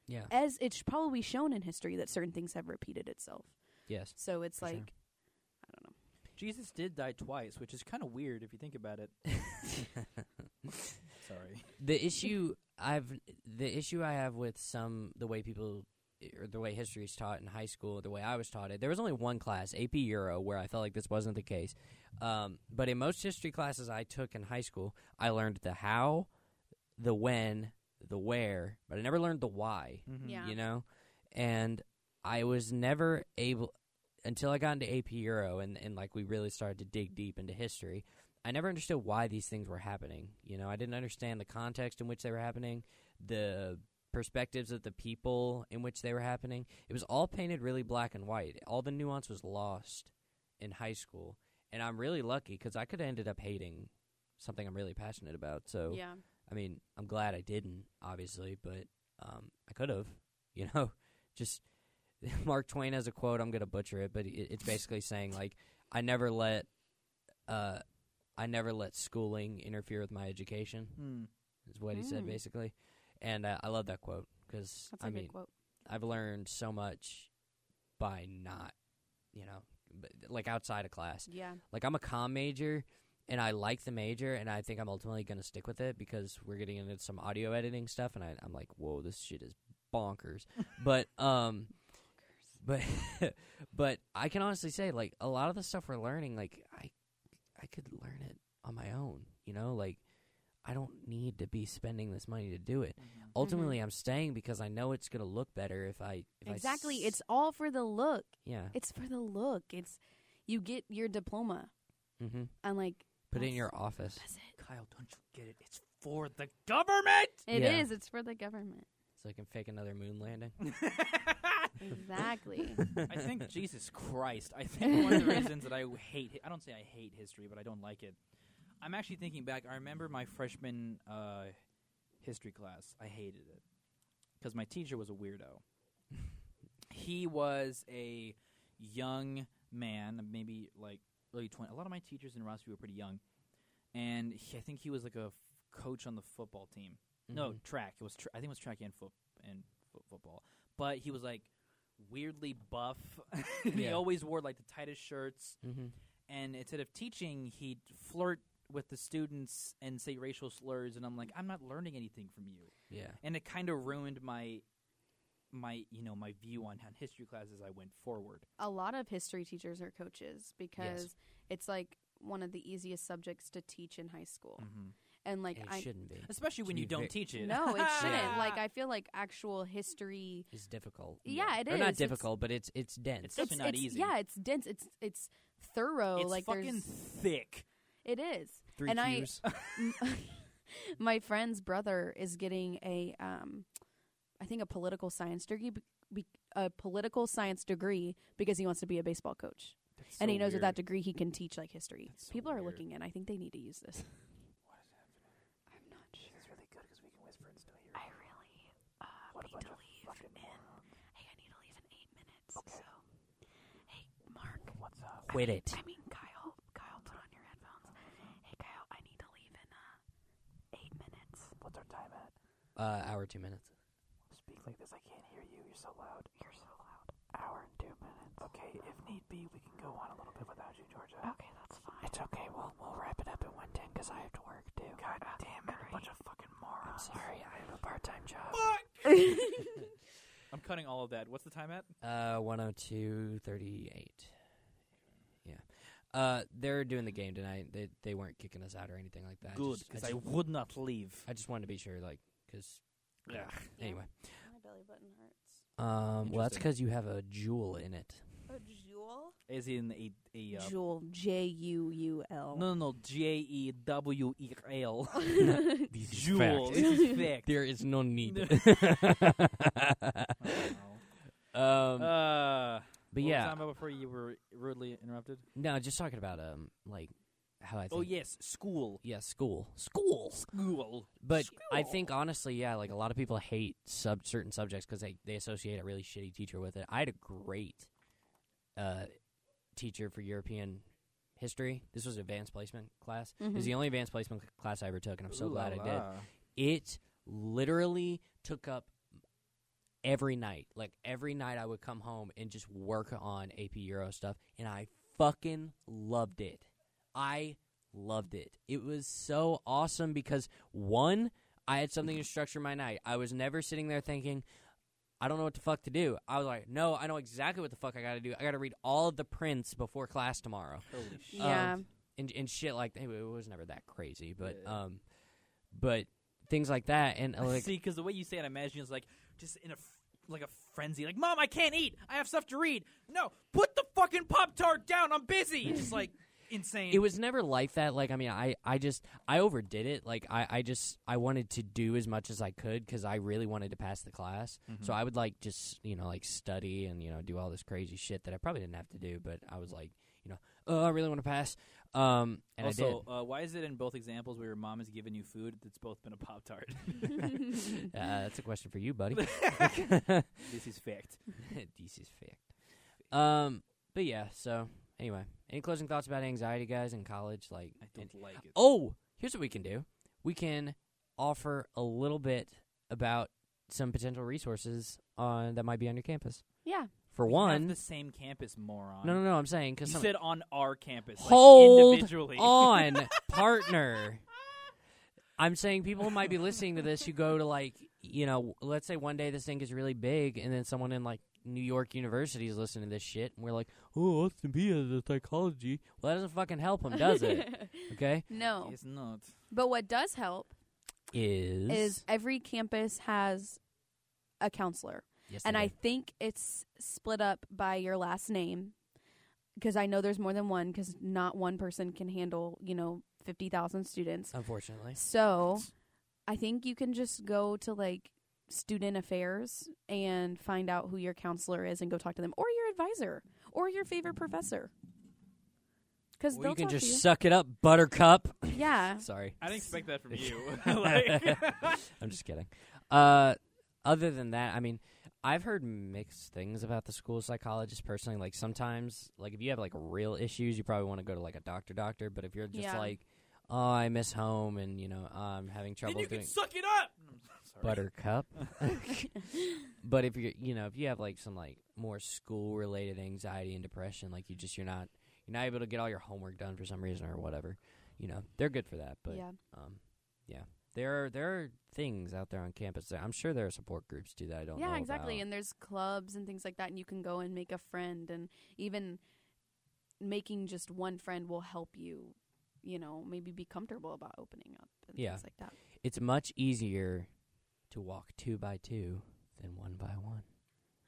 Speaker 3: Yeah.
Speaker 4: As it's probably shown in history that certain things have repeated itself.
Speaker 3: Yes.
Speaker 4: So it's
Speaker 3: For sure.
Speaker 4: like,
Speaker 1: Jesus did die twice, which is kind of weird if you think about it. Sorry.
Speaker 3: the issue I've the issue I have with some the way people or the way history is taught in high school, the way I was taught it. There was only one class, AP Euro, where I felt like this wasn't the case. Um, but in most history classes I took in high school, I learned the how, the when, the where, but I never learned the why
Speaker 1: Mhm.
Speaker 4: Yeah.
Speaker 3: Mm, Mm-hmm. you know and i was never able until i got into ap euro and, and like we really started to dig deep into history i never understood why these things were happening you know i didn't understand the context in which they were happening the perspectives of the people in which they were happening it was all painted really black and white all the nuance was lost in high school and i'm really lucky because i could have ended up hating something i'm really passionate about so
Speaker 4: yeah,
Speaker 3: I mean, I'm glad I didn't, obviously, but um, I could have, you know, just Mark Twain has a quote. I'm gonna butcher it, but it, it's basically saying like, I never let, uh, I never let schooling interfere with my education.
Speaker 1: Hmm.
Speaker 3: Is what he said
Speaker 4: Mm.
Speaker 3: basically, and uh, I love that quote because
Speaker 4: that's a
Speaker 3: I
Speaker 4: good
Speaker 3: mean,
Speaker 4: quote.
Speaker 3: I've learned so much by not, you know, b- like outside of class
Speaker 4: Yeah,
Speaker 3: like I'm a com major and I like the major and I think I'm ultimately going to stick with it because we're getting into some audio editing stuff and I, I'm like, whoa, this shit is bonkers. but um, but but I can honestly say like a lot of the stuff we're learning, like I I could learn it on my own. You know, like I don't need to be spending this money to do it.
Speaker 4: Mm-hmm.
Speaker 3: Ultimately, I'm staying because I know it's going to look better if I if I
Speaker 4: exactly.
Speaker 3: s-
Speaker 4: it's all for the look.
Speaker 3: yeah.
Speaker 4: It's for the look. It's you get your diploma
Speaker 3: hmm
Speaker 4: and like
Speaker 3: Put it in
Speaker 4: that's-
Speaker 3: your office.
Speaker 4: that's it.
Speaker 1: Kyle, don't you get it? It's for the government.
Speaker 4: It is.
Speaker 3: Yeah.
Speaker 4: It's for the government.
Speaker 3: so I can fake another moon landing.
Speaker 4: Exactly.
Speaker 2: I think Jesus Christ. I think one of the reasons that I hate hi- I don't say I hate history, but I don't like it. I'm actually thinking back. I remember my freshman uh, history class. I hated it because my teacher was a weirdo. he was a young man, maybe like early twenty. A lot of my teachers in Rossview were pretty young, and he, I think he was like a f- coach on the football team. No,
Speaker 4: Mm-hmm.
Speaker 2: track. It was tr I think it was track and foot and fo- football. But he was like weirdly buff. he
Speaker 3: Yeah.
Speaker 2: always wore like the tightest shirts.
Speaker 3: Mm-hmm.
Speaker 2: And instead of teaching, he'd flirt with the students and say racial slurs. And I'm like, I'm not learning anything from you.
Speaker 3: Yeah.
Speaker 2: And it kind of ruined my my you know my view on, on history class as I went forward.
Speaker 4: a lot of history teachers are coaches because it's like one of the easiest subjects to teach in high school.
Speaker 2: Mm.
Speaker 4: And like
Speaker 3: And it
Speaker 4: I
Speaker 3: shouldn't be.
Speaker 2: Especially when
Speaker 3: Should
Speaker 2: you
Speaker 3: be
Speaker 2: don't
Speaker 3: ve-
Speaker 2: teach it.
Speaker 4: no, it shouldn't.
Speaker 3: Yeah.
Speaker 4: Like I feel like actual history
Speaker 3: It's difficult.
Speaker 4: Yeah, it
Speaker 3: Or
Speaker 4: is.
Speaker 3: not
Speaker 4: It's-
Speaker 3: difficult, but it's it's dense.
Speaker 2: It's definitely not easy.
Speaker 4: Yeah, it's dense. It's it's thorough.
Speaker 2: it's
Speaker 4: oh, like
Speaker 2: fucking
Speaker 4: there's
Speaker 2: thick.
Speaker 4: it is.
Speaker 3: Three
Speaker 4: and I-
Speaker 3: Qs.
Speaker 4: My friend's brother is getting a um I think a political science degree be- be- a political science degree because he wants to be a baseball coach. and he knows with that degree he can teach like history.
Speaker 2: That's so
Speaker 4: People are
Speaker 2: weird.
Speaker 4: looking in. I think they need to use this. I'm not sure.
Speaker 2: It's really good because we can whisper and still hear.
Speaker 4: I really uh, need to leave in. Hey, I need to leave in eight minutes. So, hey, Mark. What's up?
Speaker 3: Quit it.
Speaker 4: I mean, Kyle. Kyle, put on your headphones. Hey, Kyle, I need to leave in uh, eight minutes. What's our time at?
Speaker 3: Uh, hour two minutes.
Speaker 2: Speak like this. I can't hear you. You're so loud. You're so loud. Hour and two minutes. Okay, if need be, we can go on a little bit without you, Georgia.
Speaker 4: Okay, that's fine.
Speaker 2: It's okay. We'll we'll wrap it up at one ten because I have to work too. God damn it! A bunch of fucking morons. I'm sorry. I have a part time job. I'm cutting all of that. What's the time at?
Speaker 3: Uh, one hundred two thirty eight. Yeah. Uh, they're doing the game tonight. They they weren't kicking us out or anything like that.
Speaker 2: Good,
Speaker 3: just-
Speaker 2: because
Speaker 3: I,
Speaker 2: I
Speaker 3: just,
Speaker 2: would not leave.
Speaker 3: I just wanted to be sure, like, because
Speaker 2: Yeah.
Speaker 3: anyway.
Speaker 4: My belly button hurts.
Speaker 3: Um, well, that's
Speaker 2: Interesting.
Speaker 3: because you have a jewel in it.
Speaker 4: A jewel?
Speaker 2: Is in a a. Uh,
Speaker 4: Jewel. J U U L.
Speaker 2: no, no, no. J e w e l.
Speaker 3: These
Speaker 2: Jewel. This is fact.
Speaker 3: There is no need.
Speaker 2: um,
Speaker 3: um, but
Speaker 2: uh, What was
Speaker 3: yeah,
Speaker 2: talking about before you were rudely interrupted.
Speaker 3: no, just talking about um, like how I think.
Speaker 2: Oh yes, school.
Speaker 3: yeah, school, school.
Speaker 2: School.
Speaker 3: But I think honestly, yeah, like a lot of people hate sub certain subjects because they they associate a really shitty teacher with it. I had a great uh, teacher for European history. This was an advanced placement class. It was the only advanced placement c- class I ever took, and I'm so glad I did. It literally took up every night. Like every night, I would come home and just work on AP Euro stuff, and I fucking loved it. I loved it. It was so awesome because one, I had something to structure my night. I was never sitting there thinking, I don't know what the fuck to do. I was like, no, I know exactly what the fuck I got to do. I got to read all of the prints before class tomorrow
Speaker 2: Holy shit.
Speaker 4: Yeah.
Speaker 3: Oh, and and shit like that. It was never that crazy, but
Speaker 2: Yeah.
Speaker 3: um, but things like that and uh, like
Speaker 2: See, because the way you say it, I imagine it's like just in a f- like a frenzy. Like, mom, I can't eat. I have stuff to read. No, put the fucking pop tart down. I'm busy. It's just like insane.
Speaker 3: it was never like that. Like I mean, I I just I overdid it. Like I I just I wanted to do as much as I could because I really wanted to pass the class.
Speaker 2: Mm-hmm.
Speaker 3: So I would like just you know like study and you know do all this crazy shit that I probably didn't have to do, but I was like you know oh I really want to pass. Um, and I did.
Speaker 2: also, uh, why is it in both examples where your mom has given you food that's both been a pop tart?
Speaker 3: Uh, that's a question for you, buddy.
Speaker 2: this is fact.
Speaker 3: this is fact. Um, but yeah. So anyway, any closing thoughts about anxiety, guys, in college? Like,
Speaker 2: I
Speaker 3: and-
Speaker 2: don't like it.
Speaker 3: oh, here's what we can do. We can offer a little bit about some potential resources on that might be on your campus.
Speaker 4: Yeah.
Speaker 3: For
Speaker 2: We have
Speaker 3: one,
Speaker 2: the same campus, moron.
Speaker 3: no, no, no. I'm saying
Speaker 2: You
Speaker 3: because
Speaker 2: said on our campus. like,
Speaker 3: Hold
Speaker 2: individually.
Speaker 3: on partner. I'm saying people might be listening to this. You go to like, you know, let's say one day this thing is really big, and then someone in like New York University is listening to this shit, and we're like, oh, Austin B has a psychology. Well, that doesn't fucking help him, does it? Okay,
Speaker 4: No.
Speaker 2: It's not.
Speaker 4: But what does help
Speaker 3: is
Speaker 4: is every campus has a counselor.
Speaker 3: yes,
Speaker 4: and
Speaker 3: they
Speaker 4: I
Speaker 3: do.
Speaker 4: think it's split up by your last name because I know there's more than one because not one person can handle, you know, 50,000 students.
Speaker 3: unfortunately
Speaker 4: So I think you can just go to like student affairs and find out who your counselor is and go talk to them or your advisor or your favorite professor. Because
Speaker 3: Or
Speaker 4: they'll
Speaker 3: you can
Speaker 4: talk
Speaker 3: just
Speaker 4: to you.
Speaker 3: suck it up, Buttercup.
Speaker 4: yeah.
Speaker 3: Sorry,
Speaker 2: I didn't expect that from you. like,
Speaker 3: I'm just kidding. Uh, other than that, I mean, I've heard mixed things about the school psychologist personally. Like sometimes, like if you have like real issues, you probably want to go to like a doctor, doctor. But if you're just
Speaker 4: Yeah.
Speaker 3: like, oh, I miss home, and you know, I'm having trouble
Speaker 2: then you
Speaker 3: doing
Speaker 2: can suck it up. Sorry.
Speaker 3: Buttercup. but if you are you know if you have like some like more school related anxiety and depression, like you just you're not you're not able to get all your homework done for some reason or whatever, you know they're good for that. But
Speaker 4: yeah.
Speaker 3: um, yeah, there are there are things out there on campus. That I'm sure there are support groups too that I don't. know
Speaker 4: Yeah, exactly.
Speaker 3: about.
Speaker 4: And there's clubs and things like that, and you can go and make a friend, and even making just one friend will help you, you know, maybe be comfortable about opening up and
Speaker 3: Yeah.
Speaker 4: things like that.
Speaker 3: it's much easier to walk two by two than one by one.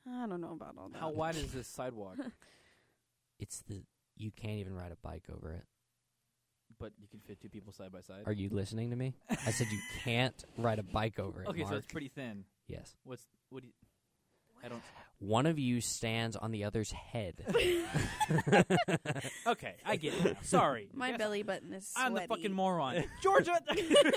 Speaker 4: I don't know about all that.
Speaker 2: How wide is this sidewalk?
Speaker 3: It's the you can't even ride a bike over it.
Speaker 2: but you can fit two people side by side.
Speaker 3: Are you listening to me? I said you can't ride a bike over it.
Speaker 2: okay, so
Speaker 3: Mark.
Speaker 2: it's pretty thin.
Speaker 3: yes.
Speaker 2: What's what? Do you, I don't.
Speaker 3: One of you stands on the other's head.
Speaker 2: Okay, I get it. now. Sorry,
Speaker 4: My
Speaker 2: Yes,
Speaker 4: belly button is sweaty.
Speaker 2: I'm the fucking moron, Georgia.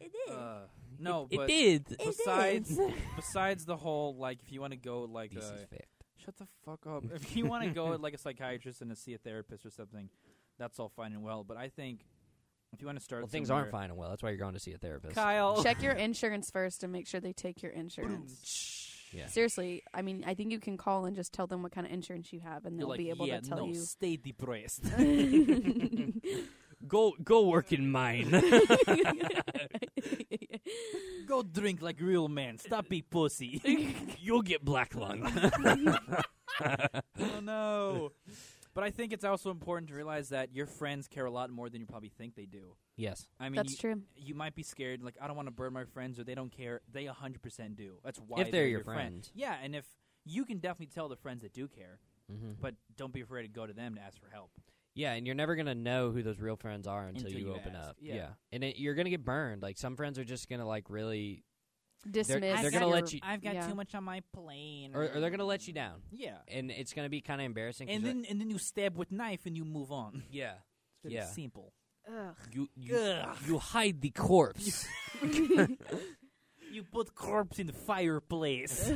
Speaker 5: It
Speaker 2: uh, no,
Speaker 3: it,
Speaker 2: but
Speaker 3: did.
Speaker 2: besides besides the whole like, if you want to go like
Speaker 3: This
Speaker 2: uh,
Speaker 3: is fact.
Speaker 2: Shut the fuck up. if you want to go with, like a psychiatrist and to see a therapist or something, that's all fine and well. But I think if you want to start,
Speaker 3: Well, things
Speaker 2: somewhere-
Speaker 3: aren't fine and well. That's why you're going to see a therapist.
Speaker 2: Kyle.
Speaker 4: Check your insurance first and make sure they take your insurance.
Speaker 3: Yeah.
Speaker 4: Seriously, I mean, I think you can call and just tell them what kind of insurance you have, and
Speaker 2: You're
Speaker 4: they'll
Speaker 2: like,
Speaker 4: be able
Speaker 2: yeah,
Speaker 4: to tell
Speaker 2: no,
Speaker 4: you.
Speaker 2: stay depressed.
Speaker 3: Go go work in mine.
Speaker 2: go drink like real man. Stop being pussy.
Speaker 3: You'll get black lung.
Speaker 2: oh no. But I think it's also important to realize that your friends care a lot more than you probably think they do.
Speaker 3: yes.
Speaker 2: I mean,
Speaker 4: That's
Speaker 2: you,
Speaker 4: true.
Speaker 2: you might be scared, like I don't want to burn my friends, or they don't care. They 100% do. That's why
Speaker 3: If they're your
Speaker 2: friend.
Speaker 3: friend.
Speaker 2: Yeah, and if you can definitely tell the friends that do care,
Speaker 3: hmm
Speaker 2: but don't be afraid to go to them to ask for help.
Speaker 3: Yeah, and you're never gonna know who those real friends are until,
Speaker 2: Until
Speaker 3: you,
Speaker 2: you
Speaker 3: open
Speaker 2: ask,
Speaker 3: up.
Speaker 2: yeah.
Speaker 3: and it, you're gonna get burned. Like some friends are just gonna like really,
Speaker 4: Dismiss.
Speaker 3: they're gonna
Speaker 4: your-
Speaker 3: let you-
Speaker 2: I've got
Speaker 4: yeah.
Speaker 2: too much on my plane,
Speaker 3: or, or they're gonna let you down,
Speaker 2: Yeah,
Speaker 3: and it's gonna be kind of embarrassing. 'cause
Speaker 2: and
Speaker 3: you're
Speaker 2: then and then you stab with knife and you move on.
Speaker 3: like- yeah,
Speaker 2: It's very
Speaker 3: Yeah.
Speaker 2: simple.
Speaker 4: Ugh.
Speaker 3: you you,
Speaker 2: Ugh.
Speaker 3: you hide the corpse.
Speaker 2: You put corpse in the fireplace.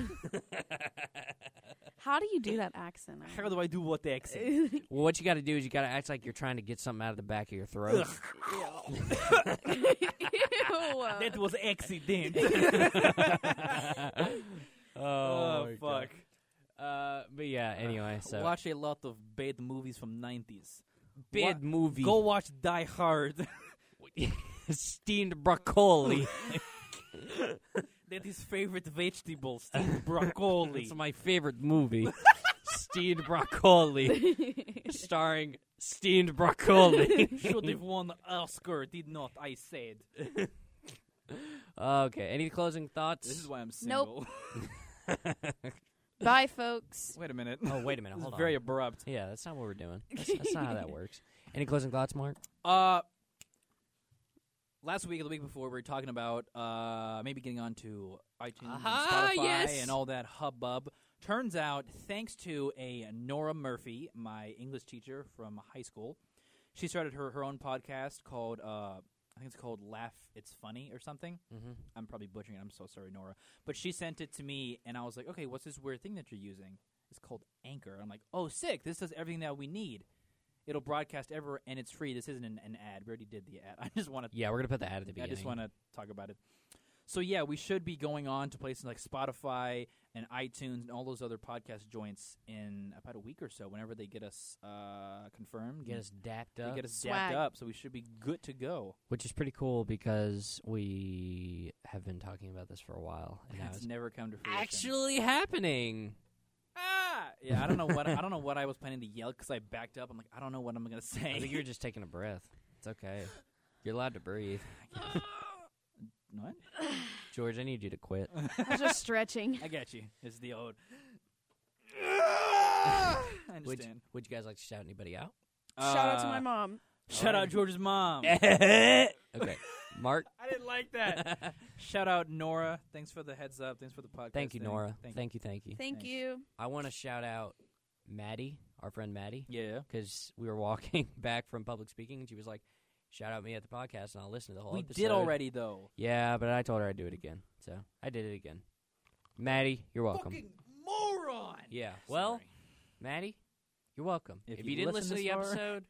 Speaker 4: How do you do that accent? I
Speaker 2: How do I do what accent?
Speaker 3: well, what you got to do is you got to act like you're trying to get something out of the back of your throat.
Speaker 4: Ew.
Speaker 2: That was accident.
Speaker 3: oh, my God.
Speaker 2: fuck.
Speaker 3: Uh, but yeah. Anyway, so
Speaker 2: Watch a lot of bad movies from 90s.
Speaker 3: bad
Speaker 2: Wa-
Speaker 3: movie.
Speaker 2: Go watch Die Hard.
Speaker 3: steamed broccoli.
Speaker 2: that is favorite vegetable, steamed broccoli.
Speaker 3: It's my favorite movie. steamed broccoli, starring steamed broccoli.
Speaker 2: Should have won Oscar, did not, I said.
Speaker 3: okay. Any closing thoughts?
Speaker 2: This is why I'm single.
Speaker 4: Nope. Bye, folks.
Speaker 2: Wait a minute.
Speaker 3: oh, wait a minute.
Speaker 2: This is
Speaker 3: Hold on.
Speaker 2: very abrupt.
Speaker 3: yeah, that's not what we're doing. That's, that's not how that works. Any closing thoughts, Mark?
Speaker 2: Uh, last week or the week before, we were talking about uh, maybe getting onto iTunes
Speaker 3: Ah,
Speaker 2: and Spotify
Speaker 3: yes.
Speaker 2: and all that hubbub. Turns out, thanks to a Nora Murphy, my English teacher from high school, she started her, her own podcast called uh, I think it's called Laugh It's Funny or something.
Speaker 3: Mm-hmm.
Speaker 2: I'm probably butchering it. I'm so sorry, Nora. But she sent it to me, and I was like, okay, what's this weird thing that you're using? It's called Anchor. I'm like, oh, sick. This does everything that we need. It'll broadcast ever, and it's free. This isn't an, an ad. We already did the ad. I just want to.
Speaker 3: Yeah, we're gonna put the ad at the
Speaker 2: I
Speaker 3: beginning.
Speaker 2: just want to talk about it. So yeah, we should be going on to places like Spotify and iTunes and all those other podcast joints in about a week or so. Whenever they get us uh, confirmed,
Speaker 3: get us dapped
Speaker 2: they
Speaker 3: up,
Speaker 2: get us
Speaker 4: Swag.
Speaker 2: dapped up. So we should be good to go.
Speaker 3: which is pretty cool because we have been talking about this for a while, and now
Speaker 2: That's
Speaker 3: it's
Speaker 2: never come to fruition.
Speaker 3: actually happening.
Speaker 2: ah! Yeah, I don't know what I don't know what I was planning to yell because I backed up. I'm like, I don't know what I'm gonna say.
Speaker 3: I think you're just taking a breath. It's okay. You're allowed to breathe.
Speaker 2: what?
Speaker 3: George, I need you to quit.
Speaker 4: I was just stretching.
Speaker 2: I got you. It's the old. I
Speaker 3: Would,
Speaker 2: understand. Ah!
Speaker 3: would you guys like to shout anybody out?
Speaker 2: Uh,
Speaker 4: Shout out to my mom.
Speaker 2: Shout out George's mom.
Speaker 3: okay, Mark.
Speaker 2: I didn't like that. Shout out Nora. Thanks for the heads up. Thanks for the podcast.
Speaker 3: thank you,
Speaker 2: thing.
Speaker 3: Nora. Thank you, thank you.
Speaker 4: Thank
Speaker 2: Thanks.
Speaker 4: you.
Speaker 3: I want to shout out Maddie, our friend Maddie,
Speaker 2: Yeah.
Speaker 3: because we were walking back from public speaking, and she was like, "Shout out me at the podcast, and I'll listen to the whole."
Speaker 2: We
Speaker 3: episode.
Speaker 2: did already though.
Speaker 3: Yeah, but I told her I'd do it again, so I did it again. Maddie, you're welcome.
Speaker 2: moron.
Speaker 3: yeah. Well, Maddie, you're welcome.
Speaker 2: If
Speaker 3: you,
Speaker 2: you
Speaker 3: didn't listen
Speaker 2: listen
Speaker 3: to the
Speaker 2: this far-
Speaker 3: episode,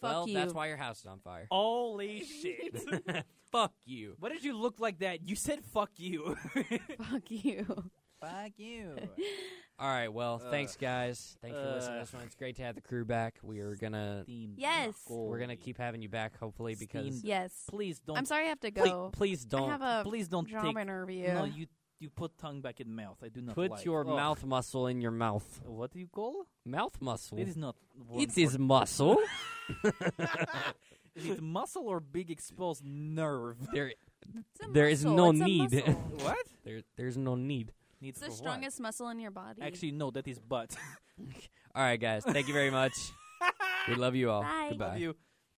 Speaker 4: Fuck
Speaker 3: well,
Speaker 4: you.
Speaker 3: that's why your house is on fire.
Speaker 2: holy shit.
Speaker 3: Fuck you.
Speaker 2: what did you look like that? You said fuck you.
Speaker 4: Fuck you.
Speaker 2: fuck you.
Speaker 3: All right. Well,
Speaker 2: Ugh.
Speaker 3: thanks, guys. Thanks for listening to
Speaker 2: Ugh.
Speaker 3: this one. It's great to have the crew back. We are gonna
Speaker 4: Yes.
Speaker 3: we're gonna keep having you back, hopefully, because
Speaker 2: Steamed.
Speaker 4: Yes.
Speaker 2: Please don't.
Speaker 4: I'm sorry I have to
Speaker 3: please,
Speaker 4: go.
Speaker 3: please don't
Speaker 4: I have a
Speaker 2: please don't
Speaker 4: job
Speaker 2: take.
Speaker 4: interview.
Speaker 2: No, you you put tongue back in mouth. I do not.
Speaker 3: put
Speaker 2: like. Oh.
Speaker 3: your
Speaker 2: Ugh.
Speaker 3: mouth muscle in your mouth.
Speaker 2: What do you call?
Speaker 3: Mouth muscle.
Speaker 2: It is not.
Speaker 3: It is muscle.
Speaker 2: Is it muscle or big exposed nerve?
Speaker 3: there,
Speaker 4: It's a
Speaker 3: there is
Speaker 4: muscle.
Speaker 3: no
Speaker 4: It's a
Speaker 3: need.
Speaker 4: muscle.
Speaker 2: what?
Speaker 3: there, there's no need.
Speaker 4: It's
Speaker 2: Needs
Speaker 4: the
Speaker 2: for what?
Speaker 4: strongest muscle in your body.
Speaker 2: Actually, no. That is butt.
Speaker 3: All right, guys. Thank you very much. we love you all.
Speaker 4: Bye.
Speaker 3: Goodbye.
Speaker 2: Love you.